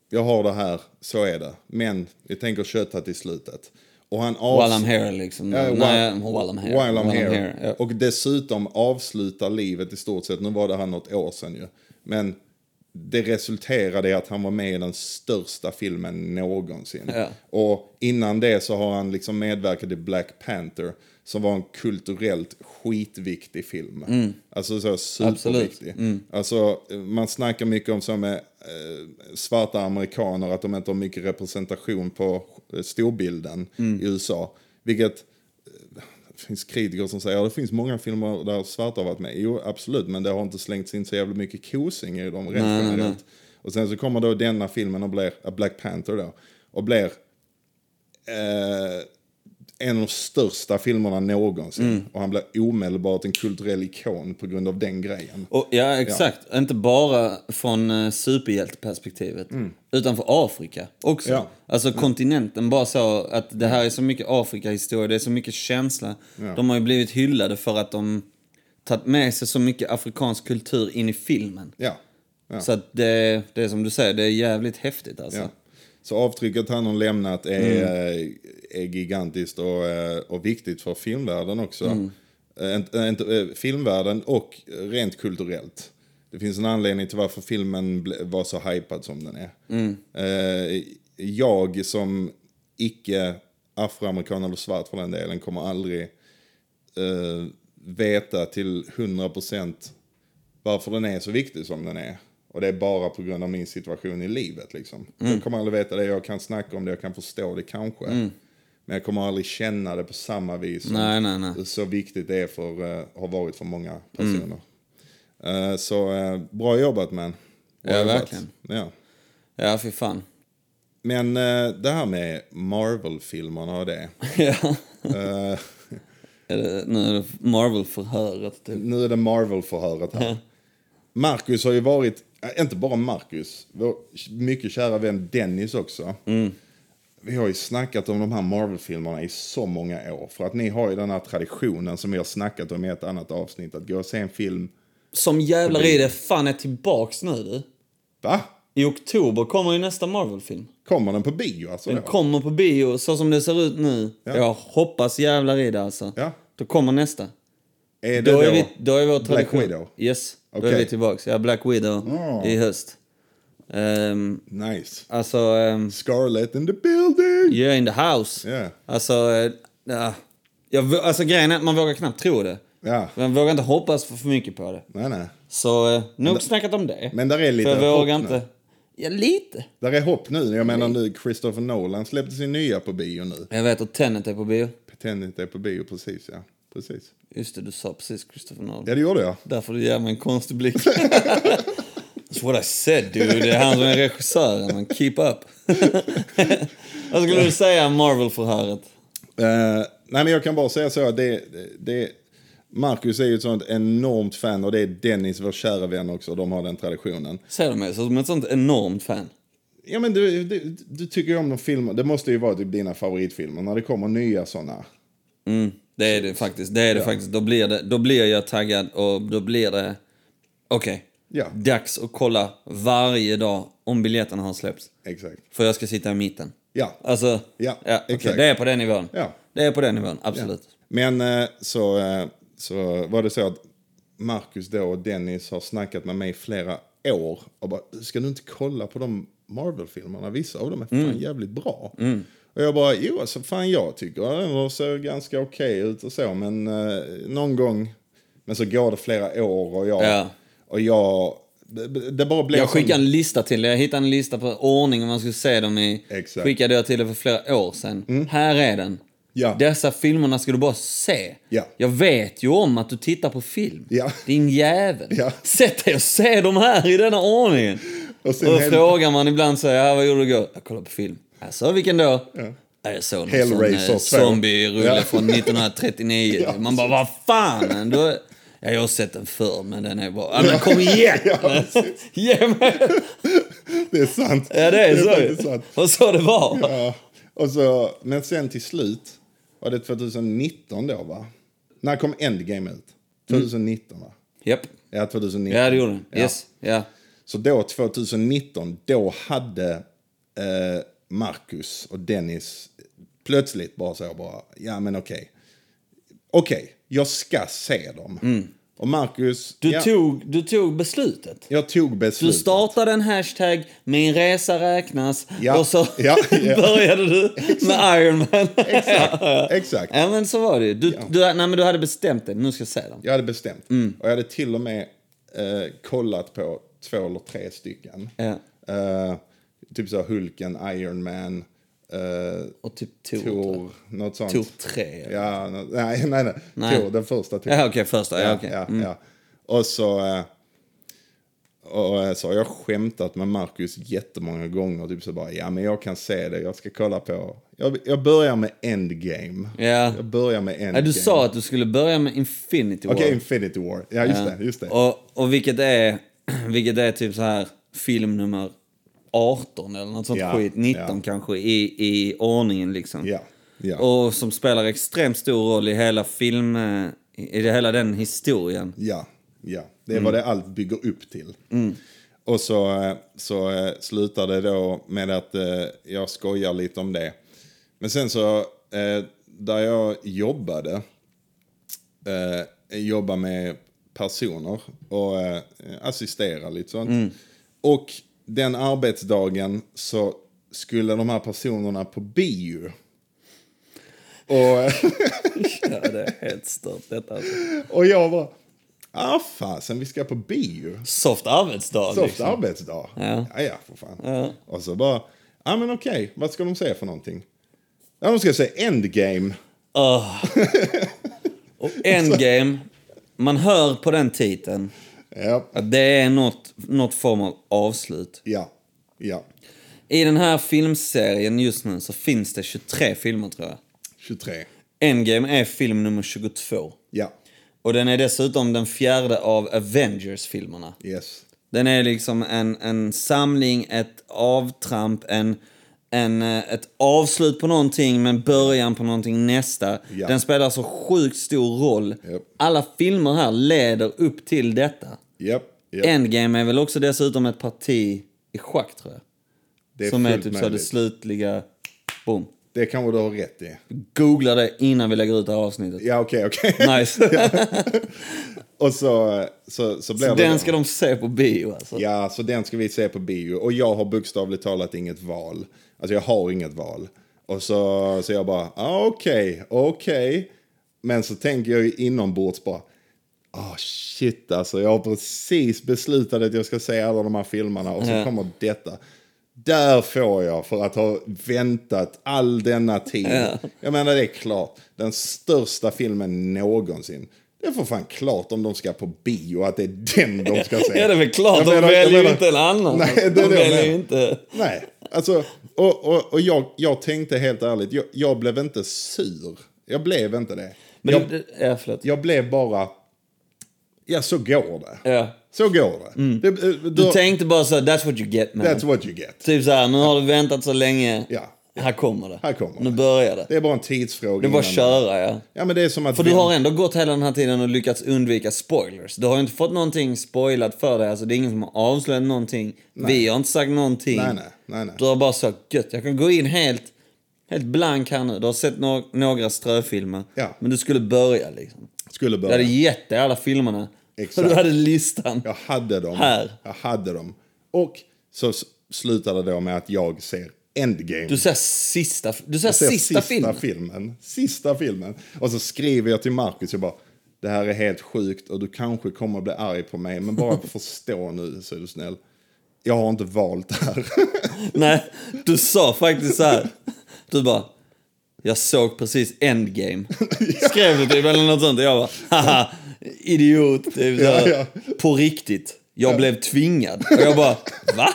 [SPEAKER 2] jag har det här, så är det. Men vi tänker köta till slutet. Och han avs-
[SPEAKER 1] While I'm here liksom.
[SPEAKER 2] Ja,
[SPEAKER 1] Nej,
[SPEAKER 2] Eh, while,
[SPEAKER 1] while I'm here.
[SPEAKER 2] while I'm here.
[SPEAKER 1] Ja.
[SPEAKER 2] Och dessutom avslutar livet i stort sett, nu var det här något år sedan ju. Men det resulterade i att han var med i den största filmen någonsin.
[SPEAKER 1] Ja.
[SPEAKER 2] Och innan det så har han liksom medverkat i Black Panther. Som var en kulturellt skitviktig film.
[SPEAKER 1] Mm.
[SPEAKER 2] Alltså så superviktig. Alltså man snackar mycket om så med eh, svarta amerikaner. Att de inte har mycket representation på eh, storbilden
[SPEAKER 1] Mm.
[SPEAKER 2] i USA. Vilket det finns kritiker som säger att det finns många filmer där svarta har varit med. Jo, absolut, men det har inte slängts in så jävla mycket kosing i dem rent generellt. Och sen så kommer då denna filmen och blir, äh, Black Panther då, och blir eh, en av de största filmerna någonsin. Och han blir omedelbart en kulturell ikon på grund av den grejen.
[SPEAKER 1] Och, ja, exakt. Inte bara från eh, superhjälteperspektivet, utan för Afrika också.
[SPEAKER 2] Mm. Ja. Mm.
[SPEAKER 1] Alltså kontinenten, bara så att det här är så mycket Afrika-historia, det är så mycket känsla. De har ju blivit hyllade för att de tagit med sig så mycket afrikansk kultur in i filmen.
[SPEAKER 2] Ja. ja.
[SPEAKER 1] Så att det, det är som du säger, det är jävligt häftigt alltså.
[SPEAKER 2] Ja. Så avtrycket han har lämnat är, eh, är gigantiskt och, eh, och viktigt för filmvärlden också. Eh, inte- eh, inte, eh, filmvärlden och eh, rent kulturellt. Det finns en anledning till varför filmen ble- var så hypad som den är. Eh, Jag som icke afroamerikan eller svart för den delen kommer aldrig eh, veta till 100% varför den är så viktig som den är. Och det är bara på grund av min situation i livet. Liksom.
[SPEAKER 1] Mm.
[SPEAKER 2] Jag kommer aldrig veta det, jag kan snacka om det, jag kan förstå det kanske. Men jag kommer aldrig känna det på samma vis som
[SPEAKER 1] Nej, Mm. nej, nej.
[SPEAKER 2] så viktigt det är för, eh, har varit för många personer. Eh, så eh, bra jobbat man. Bra
[SPEAKER 1] Ja,
[SPEAKER 2] jobbat.
[SPEAKER 1] verkligen.
[SPEAKER 2] Ja.
[SPEAKER 1] Ja, fy fan.
[SPEAKER 2] Men eh, det här med Marvel-filmerna och det.
[SPEAKER 1] Ja.
[SPEAKER 2] Eh,
[SPEAKER 1] Är det- Nu är det Marvel-förhöret typ.
[SPEAKER 2] nu är det Marvel-förhöret här. Marcus har ju
[SPEAKER 1] Mm.
[SPEAKER 2] varit, äh, inte bara Marcus, vår mycket kära vän Dennis också. vi har ju snackat om de här Marvel-filmerna i så många år. För att ni har ju den här traditionen som vi har snackat om i ett annat avsnitt. Att gå och se en film.
[SPEAKER 1] Som jävlar i det fan är tillbaks nu du.
[SPEAKER 2] Va?
[SPEAKER 1] I oktober kommer ju nästa Marvel-film.
[SPEAKER 2] Kommer den på bio alltså?
[SPEAKER 1] Den
[SPEAKER 2] då?
[SPEAKER 1] kommer på bio så som det ser ut nu.
[SPEAKER 2] Ja.
[SPEAKER 1] Jag hoppas jävlar i det alltså.
[SPEAKER 2] Ja.
[SPEAKER 1] Då kommer nästa.
[SPEAKER 2] Är
[SPEAKER 1] Då
[SPEAKER 2] det då?
[SPEAKER 1] är, vi, då är vår tradition.
[SPEAKER 2] Widow?
[SPEAKER 1] Yes. Då är
[SPEAKER 2] Okej.
[SPEAKER 1] vi tillbaks. Ja, Black Widow
[SPEAKER 2] Ah.
[SPEAKER 1] i höst. Um,
[SPEAKER 2] Nice.
[SPEAKER 1] alltså, um,
[SPEAKER 2] Scarlet in the building!
[SPEAKER 1] you're in the house.
[SPEAKER 2] Ja.
[SPEAKER 1] Alltså, eh, ah. jag, vå- alltså, grejen är att man vågar knappt tro det.
[SPEAKER 2] Ja.
[SPEAKER 1] Man vågar inte hoppas för, för mycket på det.
[SPEAKER 2] Nej, nej.
[SPEAKER 1] Så eh, nog snackat om det.
[SPEAKER 2] Men där är lite
[SPEAKER 1] för jag vågar
[SPEAKER 2] hopp nu.
[SPEAKER 1] inte. Ja, lite.
[SPEAKER 2] Där är hopp nu. Jag menar nu, Christopher Nolan släppte sin nya på bio nu.
[SPEAKER 1] Jag vet att Tenet är på bio.
[SPEAKER 2] Tenet är på bio precis, ja. Precis.
[SPEAKER 1] Just det, du sa precis Christopher Nolan.
[SPEAKER 2] Ja, det gjorde jag.
[SPEAKER 1] Därför du ger mig en konstig blick. That's what I said dude. Det är han som är regissören. Man keep up. Vad skulle du säga om Marvel-förhöret?
[SPEAKER 2] Eh, nej, men jag kan bara säga så. att Det, det, Marcus är ju ett sånt enormt fan och det är Dennis, vår kära vän också. De har den traditionen.
[SPEAKER 1] Ser du mig som ett sånt enormt fan?
[SPEAKER 2] Ja, men du, du, du tycker ju om de filmer. Det måste ju vara typ dina favoritfilmer när det kommer nya sådana.
[SPEAKER 1] Mm, det är det faktiskt. Det är det faktiskt. Då blir, det, då blir jag taggad och då blir det... Okej.
[SPEAKER 2] Ja.
[SPEAKER 1] Dags att kolla varje dag om biljetterna har släppts.
[SPEAKER 2] Exakt.
[SPEAKER 1] För jag ska sitta i mitten.
[SPEAKER 2] Ja.
[SPEAKER 1] Alltså,
[SPEAKER 2] Ja,
[SPEAKER 1] okej,
[SPEAKER 2] exakt.
[SPEAKER 1] det är på den nivån.
[SPEAKER 2] Ja.
[SPEAKER 1] Det är på den nivån, absolut.
[SPEAKER 2] Men eh, så, eh, så var det så att Marcus då och Dennis har snackat med mig i flera år och bara, ska du inte kolla på de Marvel-filmerna? Vissa av dem är fan
[SPEAKER 1] Mm.
[SPEAKER 2] jävligt bra. Och jag bara, jo alltså fan jag tycker att den ser ganska okej ut och så, men eh, någon gång, men så går det flera år och jag,
[SPEAKER 1] Ja.
[SPEAKER 2] och jag, det, det bara blev
[SPEAKER 1] Jag
[SPEAKER 2] sån-
[SPEAKER 1] skickade en lista till dig. Jag hittade en lista på ordning om man skulle se dem i.
[SPEAKER 2] Exakt. Mm.
[SPEAKER 1] Skickade jag till dig för flera år sedan. Här är den.
[SPEAKER 2] Ja.
[SPEAKER 1] Dessa filmerna ska du bara se.
[SPEAKER 2] Ja.
[SPEAKER 1] Jag vet ju om att du tittar på film.
[SPEAKER 2] Ja.
[SPEAKER 1] Din jävel.
[SPEAKER 2] Ja.
[SPEAKER 1] Sätt dig och se dem här i denna ordningen.
[SPEAKER 2] Och
[SPEAKER 1] Och
[SPEAKER 2] sen
[SPEAKER 1] då
[SPEAKER 2] hel-
[SPEAKER 1] frågar man ibland så här, "Ja, vad gjorde du igår? Jag kollade på film. Alltså vilken då? Ja. Jag såg någon sån
[SPEAKER 2] Hellraiser
[SPEAKER 1] eh,
[SPEAKER 2] 2.
[SPEAKER 1] zombie-rulle
[SPEAKER 2] Ja.
[SPEAKER 1] från 1939.
[SPEAKER 2] Ja,
[SPEAKER 1] Man bara, vad fan! Ändå... Ja, jag har sett den förr, men den är bra. Ja, men kom igen!
[SPEAKER 2] Ja,
[SPEAKER 1] Ge mig!
[SPEAKER 2] Det är sant.
[SPEAKER 1] Ja, det är
[SPEAKER 2] faktiskt
[SPEAKER 1] så.
[SPEAKER 2] sant.
[SPEAKER 1] Och så det var.
[SPEAKER 2] Ja, och så, men sen till slut, var det 2019 då va? När kom Endgame ut? 2019 va?
[SPEAKER 1] Japp.
[SPEAKER 2] Ja, 2019.
[SPEAKER 1] Ja, det gjorde den.
[SPEAKER 2] Ja.
[SPEAKER 1] Yes. Ja.
[SPEAKER 2] Så då 2019, då hade eh, Marcus och Dennis plötsligt bara så bara, ja men okej. Okej, jag ska se dem. Och Marcus,
[SPEAKER 1] Mm. Du,
[SPEAKER 2] ja,
[SPEAKER 1] tog, du tog beslutet.
[SPEAKER 2] jag tog
[SPEAKER 1] Du
[SPEAKER 2] beslutet.
[SPEAKER 1] startade en hashtag, min resa räknas,
[SPEAKER 2] Ja.
[SPEAKER 1] och så
[SPEAKER 2] Ja, ja.
[SPEAKER 1] började du med Iron Man.
[SPEAKER 2] Exakt, exakt.
[SPEAKER 1] ja, men så var det ju. Du, du, nej, men du hade bestämt dig, nu ska jag se dem.
[SPEAKER 2] Jag hade bestämt.
[SPEAKER 1] Mm.
[SPEAKER 2] Och jag hade till och med eh, kollat på två eller tre stycken.
[SPEAKER 1] Ja.
[SPEAKER 2] Eh, typ så Hulken, Iron Man, eh,
[SPEAKER 1] Och typ Tor.
[SPEAKER 2] Thor, något sånt.
[SPEAKER 1] Tor 3. Ja,
[SPEAKER 2] Ja, nå- nej, nej, nej.
[SPEAKER 1] Nej.
[SPEAKER 2] Thor, den första Thor.
[SPEAKER 1] okej, första. Ja,
[SPEAKER 2] ja,
[SPEAKER 1] okej. Mm.
[SPEAKER 2] ja, ja. Och så... Eh, och eh, så har jag skämtat med Marcus jättemånga gånger. Typ så bara, ja men jag kan se det, jag ska kolla på... Jag, jag börjar med Endgame.
[SPEAKER 1] Ja.
[SPEAKER 2] Jag börjar med Endgame.
[SPEAKER 1] Ja, du sa att du skulle börja med Infinity War.
[SPEAKER 2] Okej, Infinity War. Ja, just det. Just det.
[SPEAKER 1] Och, och vilket, är, vilket är typ så här film nummer 18 eller något sånt
[SPEAKER 2] Ja,
[SPEAKER 1] skit. 19
[SPEAKER 2] ja.
[SPEAKER 1] kanske i, i ordningen liksom.
[SPEAKER 2] Ja, ja.
[SPEAKER 1] Och som spelar extremt stor roll i hela film... eh, I i det, hela den historien.
[SPEAKER 2] Ja, ja. Det är vad det allt bygger upp till. Och så, eh, så eh, slutar det då med att eh, jag skojar lite om det. Men sen så, eh, där jag jobbade, eh, jobba med personer och eh, assistera lite sånt. Och den arbetsdagen så skulle de här personerna på bio. Och...
[SPEAKER 1] Ja, det är helt stört detta. Alltså.
[SPEAKER 2] Och jag bara, ah fasen vi ska på bio.
[SPEAKER 1] Soft arbetsdag
[SPEAKER 2] Soft
[SPEAKER 1] liksom.
[SPEAKER 2] Alltså, arbetsdag. Ja. ja, för fan. Och så bara, ja men okej, vad ska de säga för någonting? Ja, de ska säga endgame.
[SPEAKER 1] Åh. Och Endgame. Man hör på den titeln
[SPEAKER 2] Ja,
[SPEAKER 1] att det är något, något form av avslut.
[SPEAKER 2] ja, ja.
[SPEAKER 1] I den här filmserien just nu så finns det 23 filmer tror jag.
[SPEAKER 2] 23.
[SPEAKER 1] Endgame är film nummer 22.
[SPEAKER 2] Ja,
[SPEAKER 1] Och den är dessutom den fjärde av Avengers-filmerna.
[SPEAKER 2] yes.
[SPEAKER 1] Den är liksom en, en samling, ett avtramp, en, en, eh, ett avslut på någonting men början på någonting nästa.
[SPEAKER 2] Ja.
[SPEAKER 1] Den spelar så sjukt stor roll.
[SPEAKER 2] Japp.
[SPEAKER 1] Alla filmer här leder upp till detta.
[SPEAKER 2] Japp, japp.
[SPEAKER 1] Endgame är väl också dessutom ett parti i schack tror jag.
[SPEAKER 2] det är
[SPEAKER 1] som är
[SPEAKER 2] fullt
[SPEAKER 1] typ så det
[SPEAKER 2] möjligt.
[SPEAKER 1] slutliga... Boom.
[SPEAKER 2] Det kanske du har rätt i.
[SPEAKER 1] Googla det innan vi lägger ut det här avsnittet.
[SPEAKER 2] Ja, okej, okej.
[SPEAKER 1] Nice.
[SPEAKER 2] Och så, så, så blir
[SPEAKER 1] Så
[SPEAKER 2] det
[SPEAKER 1] den
[SPEAKER 2] då.
[SPEAKER 1] ska de se på bio alltså.
[SPEAKER 2] Ja, så den ska vi se på bio. Och jag har bokstavligt talat inget val. Alltså jag har inget val. Och så, så jag bara, ah, okej, okej. Men så tänker jag ju inombords bara, ah shit alltså. Jag har precis beslutat att jag ska se alla de här filmerna och så
[SPEAKER 1] Ja.
[SPEAKER 2] kommer detta. Där får jag för att ha väntat all denna tid.
[SPEAKER 1] Ja.
[SPEAKER 2] Jag menar det är klart, den största filmen någonsin. Det är för fan klart om de ska på bio att det är den de ska se.
[SPEAKER 1] Ja, det är väl klart.
[SPEAKER 2] Jag
[SPEAKER 1] De
[SPEAKER 2] menar- jag
[SPEAKER 1] väljer ju
[SPEAKER 2] menar-
[SPEAKER 1] inte en annan.
[SPEAKER 2] Nej, det är
[SPEAKER 1] De
[SPEAKER 2] det jag
[SPEAKER 1] väljer
[SPEAKER 2] menar.
[SPEAKER 1] ju inte-
[SPEAKER 2] Nej, alltså, och, och, och jag, jag tänkte helt ärligt, jag, jag blev inte sur. Jag blev inte det.
[SPEAKER 1] Men
[SPEAKER 2] jag,
[SPEAKER 1] jag, det, ja, förlåt.
[SPEAKER 2] jag blev bara, ja så går det.
[SPEAKER 1] Ja. Mm.
[SPEAKER 2] Så går det. det du,
[SPEAKER 1] Du tänkte bara så här, that's what you get man.
[SPEAKER 2] that's what you get.
[SPEAKER 1] Typ så här, nu har du väntat så länge.
[SPEAKER 2] Ja.
[SPEAKER 1] Här kommer det.
[SPEAKER 2] Här kommer
[SPEAKER 1] nu
[SPEAKER 2] det.
[SPEAKER 1] börjar det.
[SPEAKER 2] Det är bara en tidsfråga.
[SPEAKER 1] Det är bara att
[SPEAKER 2] innan-
[SPEAKER 1] köra ja.
[SPEAKER 2] Ja, men det är som att
[SPEAKER 1] För du
[SPEAKER 2] vem-
[SPEAKER 1] har ändå gått hela den här tiden och lyckats undvika spoilers. Du har ju inte fått någonting spoilat för dig. Alltså, det är ingen som har avslöjat någonting. Vi har inte sagt någonting.
[SPEAKER 2] Nej, nej, nej, nej.
[SPEAKER 1] Du har bara sagt gött, jag kan gå in helt, helt blank här nu. Du har sett no- några ströfilmer.
[SPEAKER 2] Ja.
[SPEAKER 1] Men du skulle börja liksom.
[SPEAKER 2] Skulle
[SPEAKER 1] Jag
[SPEAKER 2] börja.
[SPEAKER 1] hade gett dig alla filmerna.
[SPEAKER 2] Exakt.
[SPEAKER 1] Du hade listan.
[SPEAKER 2] Jag hade dem.
[SPEAKER 1] Här.
[SPEAKER 2] Jag hade dem. Och så s- slutade det då med att jag ser Endgame.
[SPEAKER 1] Du ser sista, du ser
[SPEAKER 2] ser
[SPEAKER 1] sista, filmen.
[SPEAKER 2] filmen. Sista filmen. Och så skriver jag till Marcus, jag bara, det här är helt sjukt och du kanske kommer att bli arg på mig, men bara förstå nu så är du snäll. Jag har inte valt det här.
[SPEAKER 1] Nej, du sa faktiskt så här. Du bara, jag såg precis Endgame. Skrev du typ eller något sånt. Och jag bara, haha, idiot. Typ så här,
[SPEAKER 2] Ja, ja.
[SPEAKER 1] På riktigt. Jag blev tvingad. Och jag bara, va?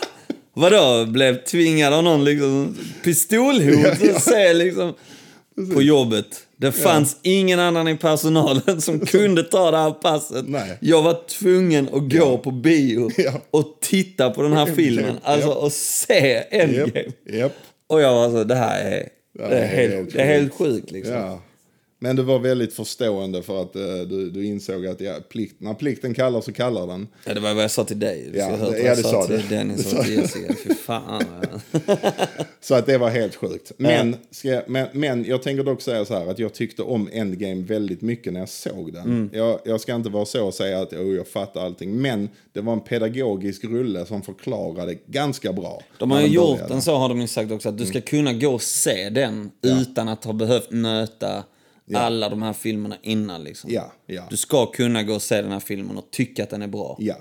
[SPEAKER 1] Vadå, blev tvingad av någon liksom pistolhot? Se liksom på jobbet. Det fanns ingen annan i personalen som kunde ta det här passet.
[SPEAKER 2] Nej.
[SPEAKER 1] Jag var tvungen att gå på bio
[SPEAKER 2] Ja.
[SPEAKER 1] och titta på den här filmen. Alltså, och se
[SPEAKER 2] Japp,
[SPEAKER 1] Endgame.
[SPEAKER 2] japp.
[SPEAKER 1] Och jag var så, det här är, det
[SPEAKER 2] här
[SPEAKER 1] är,
[SPEAKER 2] är
[SPEAKER 1] helt,
[SPEAKER 2] helt
[SPEAKER 1] det är helt
[SPEAKER 2] sjukt.
[SPEAKER 1] sjukt liksom.
[SPEAKER 2] Ja. Men du var väldigt förstående för att eh, du, du insåg att ja, plikt, när plikten kallar så kallar den.
[SPEAKER 1] Ja, det var vad jag sa till dig.
[SPEAKER 2] Ja,
[SPEAKER 1] jag hörde
[SPEAKER 2] det-
[SPEAKER 1] vad
[SPEAKER 2] ja,
[SPEAKER 1] jag
[SPEAKER 2] det
[SPEAKER 1] sa
[SPEAKER 2] sa
[SPEAKER 1] till
[SPEAKER 2] du.
[SPEAKER 1] Dennis
[SPEAKER 2] Det sa
[SPEAKER 1] och till
[SPEAKER 2] du.
[SPEAKER 1] Jessica. Fy fan. ja.
[SPEAKER 2] Så att det var helt sjukt. Men, ska jag, men, men jag tänker dock säga så här att jag tyckte om Endgame väldigt mycket när jag såg den.
[SPEAKER 1] Mm.
[SPEAKER 2] Jag, jag ska inte vara så och säga att oh, jag fattar allting. Men det var en pedagogisk rulle som förklarade ganska bra.
[SPEAKER 1] De har
[SPEAKER 2] när
[SPEAKER 1] ju
[SPEAKER 2] den
[SPEAKER 1] gjort
[SPEAKER 2] började.
[SPEAKER 1] den så har de ju sagt också att du
[SPEAKER 2] Mm.
[SPEAKER 1] ska kunna gå och se den utan att ha behövt nöta alla de här filmerna innan liksom.
[SPEAKER 2] Ja, ja.
[SPEAKER 1] Du ska kunna gå och se den här filmen och tycka att den är bra.
[SPEAKER 2] Ja.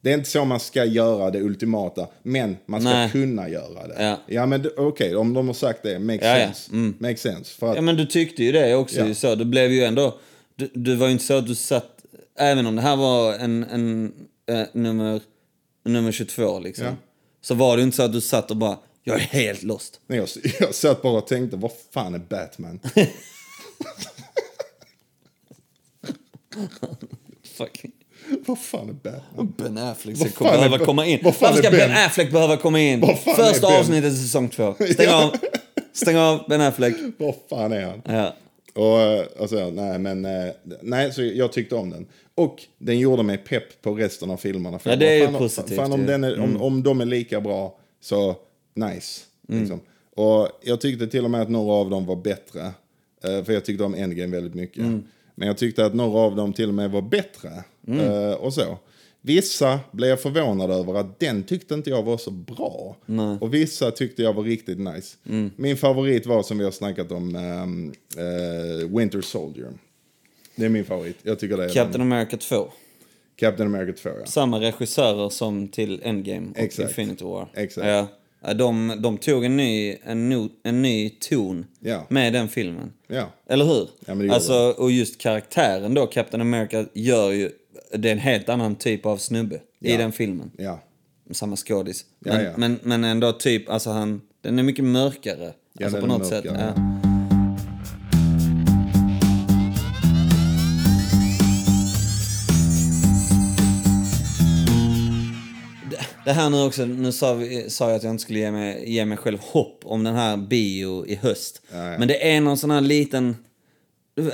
[SPEAKER 2] Det är inte så man ska göra det ultimata, men man ska
[SPEAKER 1] Nej.
[SPEAKER 2] kunna göra det.
[SPEAKER 1] Ja.
[SPEAKER 2] men d- okej, om de har sagt det, makes
[SPEAKER 1] Ja, ja.
[SPEAKER 2] sense. Makes sense. För att,
[SPEAKER 1] Ja men du tyckte ju det också.
[SPEAKER 2] Ja.
[SPEAKER 1] Ju så. Du blev ju ändå... Du, du var ju inte så att du satt... Även om det här var en, en eh, nummer, nummer 22 liksom.
[SPEAKER 2] Ja.
[SPEAKER 1] Så var det ju inte så att du satt och bara “Jag är helt lost”.
[SPEAKER 2] Nej, jag, jag satt bara och tänkte, vad fan är Batman?
[SPEAKER 1] Fucking
[SPEAKER 2] vad fan är Batman?
[SPEAKER 1] Ben Affleck
[SPEAKER 2] Vad
[SPEAKER 1] ska komma,
[SPEAKER 2] fan är
[SPEAKER 1] behöva
[SPEAKER 2] Ben-
[SPEAKER 1] komma in.
[SPEAKER 2] vad fan
[SPEAKER 1] Varför ska
[SPEAKER 2] är Ben?
[SPEAKER 1] Ben Affleck behöva komma in?
[SPEAKER 2] Vad fan är
[SPEAKER 1] Första
[SPEAKER 2] Ben?
[SPEAKER 1] avsnittet i säsong två. Stäng
[SPEAKER 2] Ja.
[SPEAKER 1] av. Stäng av Ben Affleck.
[SPEAKER 2] Vad fan är han?
[SPEAKER 1] Ja.
[SPEAKER 2] Och, eh, alltså, nej, men, eh, nej, så jag tyckte om den. Och den gjorde mig pepp på resten av filmerna. För
[SPEAKER 1] Ja, det är ju
[SPEAKER 2] fan,
[SPEAKER 1] positivt
[SPEAKER 2] Fan, om,
[SPEAKER 1] ju.
[SPEAKER 2] den är, om, om de är lika bra, så nice. Liksom. Och jag tyckte till och med att några av dem var bättre. eh, För jag tyckte om Endgame väldigt mycket. Men jag tyckte att några av dem till och med var bättre. eh, Och så. Vissa blev jag förvånad över att den tyckte inte jag var så bra. Och vissa tyckte jag var riktigt nice. Min favorit var som vi har snackat om, ehm, eh, Winter Soldier. Det är min favorit. Jag tycker det är
[SPEAKER 1] Captain
[SPEAKER 2] den.
[SPEAKER 1] America 2.
[SPEAKER 2] Captain America 2, ja.
[SPEAKER 1] samma regissörer som till Endgame och
[SPEAKER 2] Exakt.
[SPEAKER 1] Infinity War.
[SPEAKER 2] Exakt.
[SPEAKER 1] Ja. Ja, De, de tog en ny, en, no, en ny ton
[SPEAKER 2] Ja.
[SPEAKER 1] med den filmen.
[SPEAKER 2] Ja.
[SPEAKER 1] Eller hur?
[SPEAKER 2] men det gjorde
[SPEAKER 1] alltså, och just karaktären då, Captain America, gör ju... Det är en helt annan typ av snubbe i
[SPEAKER 2] Ja.
[SPEAKER 1] den filmen.
[SPEAKER 2] ja.
[SPEAKER 1] Samma skådis.
[SPEAKER 2] Ja,
[SPEAKER 1] Men,
[SPEAKER 2] ja.
[SPEAKER 1] men, men ändå typ, alltså han... Den är mycket mörkare. alltså
[SPEAKER 2] den
[SPEAKER 1] på
[SPEAKER 2] är
[SPEAKER 1] något sätt.
[SPEAKER 2] mörkare.
[SPEAKER 1] Ja. Det här nu också, nu sa, vi, sa jag att jag inte skulle ge mig, ge mig själv hopp om den här bio i höst.
[SPEAKER 2] Nej.
[SPEAKER 1] Men det är någon sån här liten...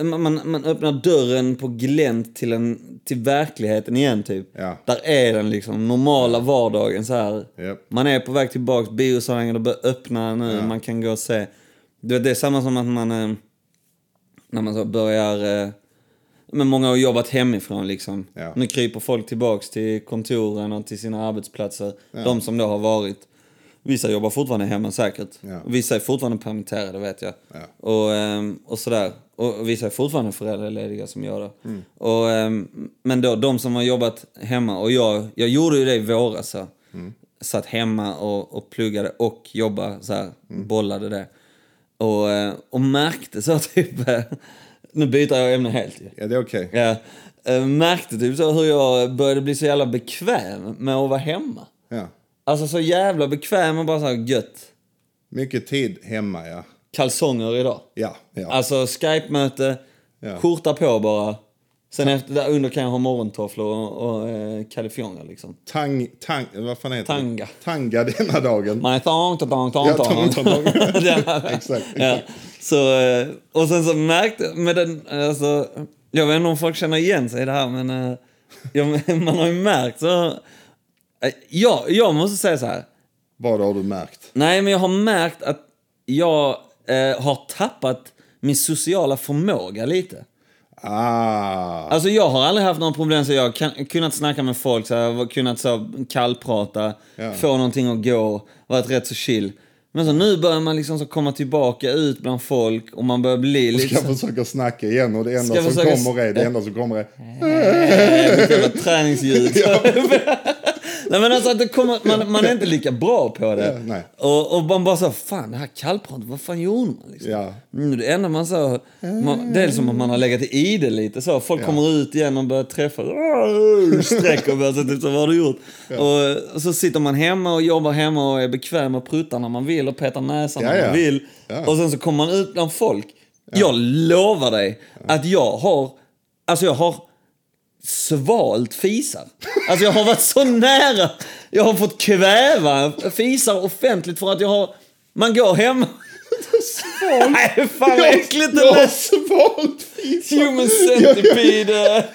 [SPEAKER 1] Man, man, man öppnar dörren på glänt till, en, till verkligheten igen typ.
[SPEAKER 2] Ja.
[SPEAKER 1] Där är den liksom, normala vardagen så här.
[SPEAKER 2] Japp.
[SPEAKER 1] Man är på väg tillbaks, biosalongen har börjat öppna nu, man kan gå och se. Du vet, Det är samma som att man... eh, När man så börjar... eh, Men många har jobbat hemifrån liksom.
[SPEAKER 2] Ja.
[SPEAKER 1] Nu kryper folk tillbaks till kontoren och till sina arbetsplatser. De som då har varit. Vissa jobbar fortfarande hemma säkert.
[SPEAKER 2] Ja.
[SPEAKER 1] Och Vissa är fortfarande permitterade vet jag.
[SPEAKER 2] Ja.
[SPEAKER 1] Och, ehm, och sådär. Och vissa är fortfarande föräldralediga som jag då. Och, ehm, men då, de som har jobbat hemma. Och jag, jag gjorde ju det i våras. Så. Satt hemma och, och pluggade och jobbade så här. Bollade det. Och, eh, och märkte så typ... eh, Nu byter jag ämne helt ju.
[SPEAKER 2] Ja, det är okej.
[SPEAKER 1] Ja. Eh, Märkte typ så hur jag började bli så jävla bekväm med att vara hemma.
[SPEAKER 2] Ja.
[SPEAKER 1] Alltså så jävla bekväm och bara så här gött.
[SPEAKER 2] Mycket tid hemma, ja.
[SPEAKER 1] Kalsonger idag.
[SPEAKER 2] Ja, ja.
[SPEAKER 1] Alltså Skype-möte,
[SPEAKER 2] Ja.
[SPEAKER 1] skjorta på bara. Sen efter, där under kan jag ha morgontofflor och, och eh, kalifionger liksom.
[SPEAKER 2] Tang, tang, vad fan heter
[SPEAKER 1] Tanga.
[SPEAKER 2] det? Tanga denna dagen.
[SPEAKER 1] Man är tång, tång, tång,
[SPEAKER 2] Ja,
[SPEAKER 1] tång,
[SPEAKER 2] tång, tång, tång.
[SPEAKER 1] Ja.
[SPEAKER 2] Exakt,
[SPEAKER 1] Ja.
[SPEAKER 2] exakt.
[SPEAKER 1] Så, eh, och sen så märkte med den, alltså, jag vet inte om folk känner igen sig i det här, men eh, jag- man har ju märkt så... Eh, Ja, jag måste säga så här.
[SPEAKER 2] Vad har du märkt?
[SPEAKER 1] Nej, men jag har märkt att jag eh, har tappat min sociala förmåga lite.
[SPEAKER 2] Ah,
[SPEAKER 1] Alltså jag har aldrig haft några problem så jag har kan, kunnat snacka med folk, så jag har kunnat så kallprata,
[SPEAKER 2] Ja.
[SPEAKER 1] få någonting att gå, varit rätt så chill. Men så nu börjar man liksom så komma tillbaka ut bland folk och man börjar bli lite...
[SPEAKER 2] ska
[SPEAKER 1] så-
[SPEAKER 2] försöka snacka igen och det enda
[SPEAKER 1] Ska
[SPEAKER 2] som
[SPEAKER 1] försöka s-
[SPEAKER 2] kommer är det enda som kommer är...
[SPEAKER 1] Mitt jävla träningsljud. nej men alltså att det kommer, man, man är inte lika bra på det.
[SPEAKER 2] Ja, nej.
[SPEAKER 1] och, och man bara så, fan det här kallpratet, vad fan gjorde man? Liksom?
[SPEAKER 2] Ja.
[SPEAKER 1] Mm, det enda man så, man, det är som att man har legat i det lite så. Folk kommer ut igen och börjar träffa, sträcker och börjar så typ så, vad har du gjort? Och, och så sitter man hemma och jobbar hemma och är bekväm och pruttar när man vill och petar näsan
[SPEAKER 2] Ja,
[SPEAKER 1] när
[SPEAKER 2] ja.
[SPEAKER 1] man vill.
[SPEAKER 2] Ja.
[SPEAKER 1] Och sen så kommer man ut bland folk. Jag lovar dig att jag har, alltså jag har svalt fisar. Alltså jag har varit så nära. Jag har fått kväva fisar offentligt för att jag har... Man går hem... Nej, fan vad äckligt det
[SPEAKER 2] Jag har
[SPEAKER 1] lät.
[SPEAKER 2] svalt fis.
[SPEAKER 1] Human centipede.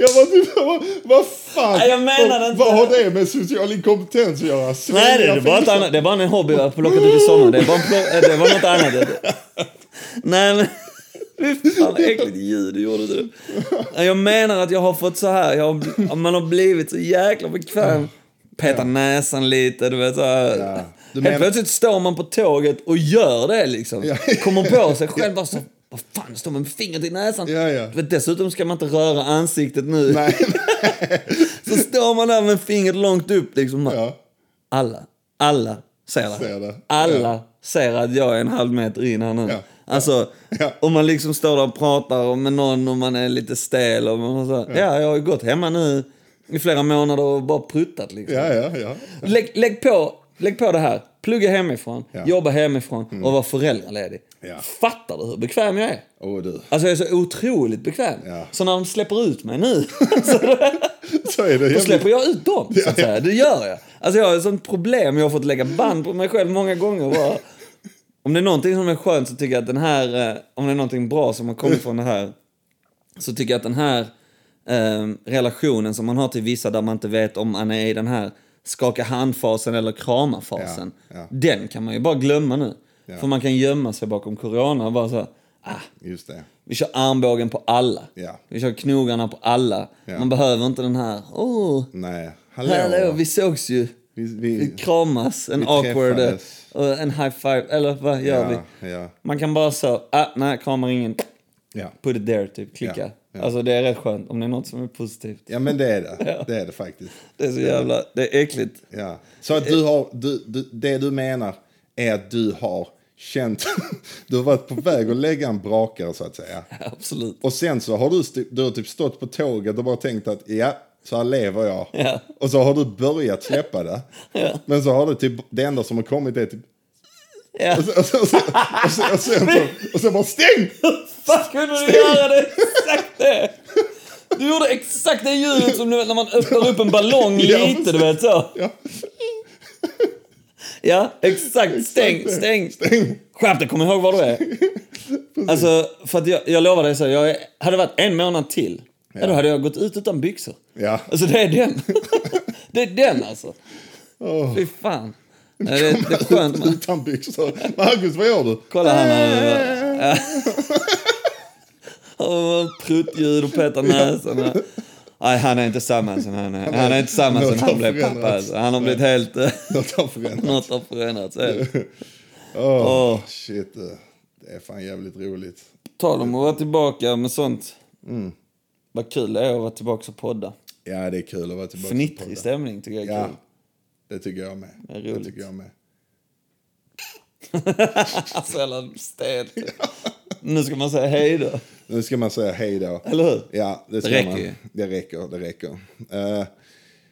[SPEAKER 2] Jag var typ, vad, vad fan?
[SPEAKER 1] Nej, jag menade
[SPEAKER 2] vad,
[SPEAKER 1] inte.
[SPEAKER 2] vad har det med social inkompetens att göra?
[SPEAKER 1] Nej, det,
[SPEAKER 2] Svälja
[SPEAKER 1] det, var inte
[SPEAKER 2] fisar.
[SPEAKER 1] annat, det var en hobby jag har plockat upp i sommar. Det var, en plock, det var något annat. Det- Nej, men... Fy fan vad äckligt ljud du gjorde. Du. Nej, Jag menar att jag har fått så här, jag har, man har blivit så jäkla bekväm. Peta näsan lite, du vet så här.
[SPEAKER 2] Ja. Du
[SPEAKER 1] Helt
[SPEAKER 2] menar-
[SPEAKER 1] plötsligt står man på tåget och gör det liksom. Kommer på sig själv bara så, vad fan, jag står med fingret i näsan.
[SPEAKER 2] Ja, ja.
[SPEAKER 1] Du vet, Dessutom ska man inte röra ansiktet nu.
[SPEAKER 2] Nej,
[SPEAKER 1] Så står man där med fingret långt upp liksom. bara,
[SPEAKER 2] ja.
[SPEAKER 1] alla, alla ser det.
[SPEAKER 2] Ser det.
[SPEAKER 1] Alla ser att jag är en halv meter in här nu.
[SPEAKER 2] Ja.
[SPEAKER 1] Alltså,
[SPEAKER 2] Ja.
[SPEAKER 1] om man liksom står där och pratar med någon och man är lite stel och man så, ja. jag har ju gått hemma nu i flera månader och bara pruttat liksom.
[SPEAKER 2] ja, ja, ja.
[SPEAKER 1] Lägg, lägg, på, lägg på det här. Plugga hemifrån,
[SPEAKER 2] Ja. Mm.
[SPEAKER 1] jobba hemifrån och vara föräldraledig.
[SPEAKER 2] Ja.
[SPEAKER 1] Fattar du hur bekväm jag är?
[SPEAKER 2] Åh du,
[SPEAKER 1] Alltså jag är så otroligt bekväm.
[SPEAKER 2] Ja.
[SPEAKER 1] Så när de släpper ut mig nu
[SPEAKER 2] så är det.
[SPEAKER 1] då släpper jag ut dem, så att säga. Det gör jag. Alltså jag har ett sånt problem, jag har fått lägga band på mig själv många gånger bara. Om det är någonting som är skönt så tycker jag att den här, eh, om det är någonting bra som har kommit från det här, så tycker jag att den här eh, relationen som man har till vissa där man inte vet om man är i den här skaka handfasen eller krama-fasen.
[SPEAKER 2] Ja, ja.
[SPEAKER 1] Den kan man ju bara glömma nu.
[SPEAKER 2] Ja.
[SPEAKER 1] För man kan gömma sig bakom corona och bara så här, ah,
[SPEAKER 2] Just det.
[SPEAKER 1] vi kör armbågen på alla.
[SPEAKER 2] Ja.
[SPEAKER 1] Vi kör knogarna på alla.
[SPEAKER 2] Ja.
[SPEAKER 1] Man behöver inte den här, åh,
[SPEAKER 2] Nej, hallå.
[SPEAKER 1] Hallå, vi sågs ju.
[SPEAKER 2] Vi,
[SPEAKER 1] Vi
[SPEAKER 2] vi,
[SPEAKER 1] kramas, en
[SPEAKER 2] vi
[SPEAKER 1] awkward, eh,
[SPEAKER 2] träffades.
[SPEAKER 1] och en high five, eller vad gör
[SPEAKER 2] ja,
[SPEAKER 1] vi?
[SPEAKER 2] ja,
[SPEAKER 1] Man kan bara så, ah, nej, kramar ingen,
[SPEAKER 2] ja.
[SPEAKER 1] put it there, typ, klicka.
[SPEAKER 2] Ja, ja.
[SPEAKER 1] Alltså det är rätt skönt, om det är något som är positivt.
[SPEAKER 2] Ja, men det är det. Det är det faktiskt.
[SPEAKER 1] Det är så jävla, det är äckligt.
[SPEAKER 2] Ja. Så att
[SPEAKER 1] Eh.
[SPEAKER 2] du har, du, du, det du menar är att du har känt, du har varit på väg att lägga en brakare så att säga.
[SPEAKER 1] Absolut.
[SPEAKER 2] Och sen så har du, st- du har typ stått på tåget och bara tänkt att ja, så här lever jag.
[SPEAKER 1] Ja.
[SPEAKER 2] Och så har du börjat släppa det.
[SPEAKER 1] Ja.
[SPEAKER 2] Men så har du typ, det enda som har kommit är typ...
[SPEAKER 1] Ja.
[SPEAKER 2] Och sen, och sen, och sen, och sen, och sen, och sen bara stäng!
[SPEAKER 1] Vad kunde du göra det? Exakt det! Du Du gjorde exakt det ljudet som du vet när man öppnar upp en ballong
[SPEAKER 2] Ja,
[SPEAKER 1] lite, du vet så.
[SPEAKER 2] Ja.
[SPEAKER 1] Ja, exakt. Stäng, stäng. Skärp dig, kom ihåg var du är. Alltså, för att jag, jag lovar dig så, jag är, hade det varit en månad till, ja. då hade jag gått ut utan byxor.
[SPEAKER 2] Ja.
[SPEAKER 1] Alltså det är den. det är den alltså. Fy fan. Ja, Det, det är skönt. man-
[SPEAKER 2] Utan byxor. Marcus, vad gör du?
[SPEAKER 1] Kolla här nu. Ja. Och Pruttljud och peta näsan. Ja. Nej, han är inte samma som han är. Han är inte samma som
[SPEAKER 2] Något har
[SPEAKER 1] han blev pappa.
[SPEAKER 2] förändrats.
[SPEAKER 1] Alltså. Han har blivit helt... eh,
[SPEAKER 2] Något har förändrats.
[SPEAKER 1] Något har förändrats. helt.
[SPEAKER 2] Åh,
[SPEAKER 1] Åh.
[SPEAKER 2] Shit, eh, det är fan jävligt roligt.
[SPEAKER 1] Tal om att vara tillbaka med sånt.
[SPEAKER 2] Mm.
[SPEAKER 1] Vad kul det är att vara tillbaka och podda.
[SPEAKER 2] Ja, det är kul att vara tillbaka. på
[SPEAKER 1] Fnittrig
[SPEAKER 2] podden.
[SPEAKER 1] stämning tycker jag är
[SPEAKER 2] Ja,
[SPEAKER 1] kul.
[SPEAKER 2] det tycker jag med.
[SPEAKER 1] är roligt.
[SPEAKER 2] tycker jag med.
[SPEAKER 1] Alltså jävla stel. Nu ska man säga hej då.
[SPEAKER 2] Nu ska man säga hej då.
[SPEAKER 1] Eller hur?
[SPEAKER 2] Ja, det, ska
[SPEAKER 1] räcker
[SPEAKER 2] man.
[SPEAKER 1] ju.
[SPEAKER 2] Det räcker, det räcker. Eh,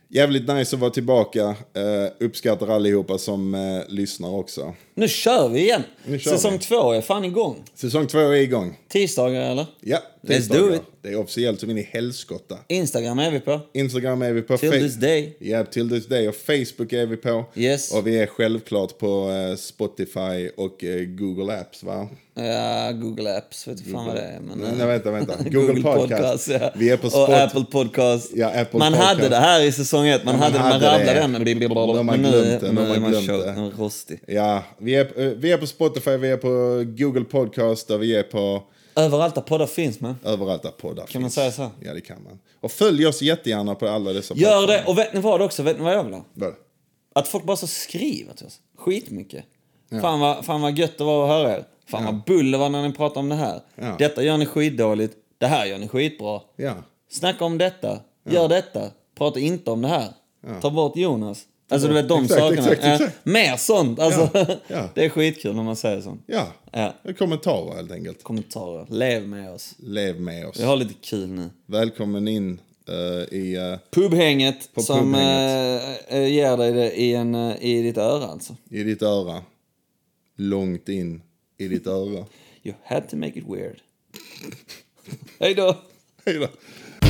[SPEAKER 2] jävligt nice att vara tillbaka. Eh, uppskattar allihopa som eh, lyssnar också.
[SPEAKER 1] Nu kör vi igen.
[SPEAKER 2] Nu kör
[SPEAKER 1] Säsong
[SPEAKER 2] vi.
[SPEAKER 1] två är fan igång.
[SPEAKER 2] Säsong två är igång.
[SPEAKER 1] Tisdagar eller?
[SPEAKER 2] Ja,
[SPEAKER 1] Let's
[SPEAKER 2] tisdagar.
[SPEAKER 1] do it.
[SPEAKER 2] Det är officiellt som in i helskotta.
[SPEAKER 1] Instagram är vi på.
[SPEAKER 2] Instagram är vi på.
[SPEAKER 1] Till
[SPEAKER 2] Fe-
[SPEAKER 1] this day.
[SPEAKER 2] Ja, till this day. Och Facebook är vi på.
[SPEAKER 1] Yes.
[SPEAKER 2] Och vi är självklart på eh, Spotify och eh, Google Apps, va?
[SPEAKER 1] Ja, Google Apps. Vet inte fan vad det är. Men,
[SPEAKER 2] Nej,
[SPEAKER 1] eh,
[SPEAKER 2] nej, vänta, vänta. Google, Podcast.
[SPEAKER 1] ja.
[SPEAKER 2] Vi är på
[SPEAKER 1] Och
[SPEAKER 2] Spotify.
[SPEAKER 1] Apple Podcast.
[SPEAKER 2] Ja, Apple
[SPEAKER 1] man
[SPEAKER 2] Podcast.
[SPEAKER 1] hade det här i säsong ett. Man,
[SPEAKER 2] Ja, man
[SPEAKER 1] hade, man
[SPEAKER 2] hade
[SPEAKER 1] rabblade
[SPEAKER 2] det.
[SPEAKER 1] den. Men nu
[SPEAKER 2] har man glömt det,
[SPEAKER 1] nu
[SPEAKER 2] nu har
[SPEAKER 1] är
[SPEAKER 2] man
[SPEAKER 1] man
[SPEAKER 2] glömt
[SPEAKER 1] kört.
[SPEAKER 2] det.
[SPEAKER 1] Den är rostig.
[SPEAKER 2] Ja, vi är, eh, vi är på Spotify, vi är på Google Podcast och vi är på
[SPEAKER 1] Överallt där poddar finns man.
[SPEAKER 2] överallt där poddar Kan
[SPEAKER 1] man säga så?
[SPEAKER 2] Ja, det kan man. Och följ oss jättegärna på alla dessa
[SPEAKER 1] Gör det! Och vet ni vad också? Vet ni vad jag vill ha?
[SPEAKER 2] Vad?
[SPEAKER 1] Att folk bara så skriver till oss. Skitmycket. Fan, vad, fan vad gött det var att höra er. Fan vad bull det var när ni pratade om det här.
[SPEAKER 2] Ja.
[SPEAKER 1] Detta gör ni skitdåligt. Det här gör ni skitbra.
[SPEAKER 2] Ja.
[SPEAKER 1] Snacka om detta. Gör detta. Prata inte om det här. Ta bort Jonas. Alltså du vet de
[SPEAKER 2] Exakt,
[SPEAKER 1] sakerna.
[SPEAKER 2] exakt,
[SPEAKER 1] Eh,
[SPEAKER 2] exakt.
[SPEAKER 1] mer sånt. Alltså,
[SPEAKER 2] Ja.
[SPEAKER 1] Det är skitkul när man säger sånt.
[SPEAKER 2] Ja.
[SPEAKER 1] Ja.
[SPEAKER 2] Kommentarer helt enkelt.
[SPEAKER 1] Kommentarer. Lev med oss.
[SPEAKER 2] Lev med oss.
[SPEAKER 1] Vi har lite kul nu.
[SPEAKER 2] Välkommen in eh, i... eh,
[SPEAKER 1] Pubhänget
[SPEAKER 2] På
[SPEAKER 1] som
[SPEAKER 2] pubhänget.
[SPEAKER 1] eh, eh, ger dig det i, en, eh, i ditt öra alltså.
[SPEAKER 2] i ditt öra. Långt in i ditt öra.
[SPEAKER 1] You had to make it weird. Hej då!
[SPEAKER 2] Hej då.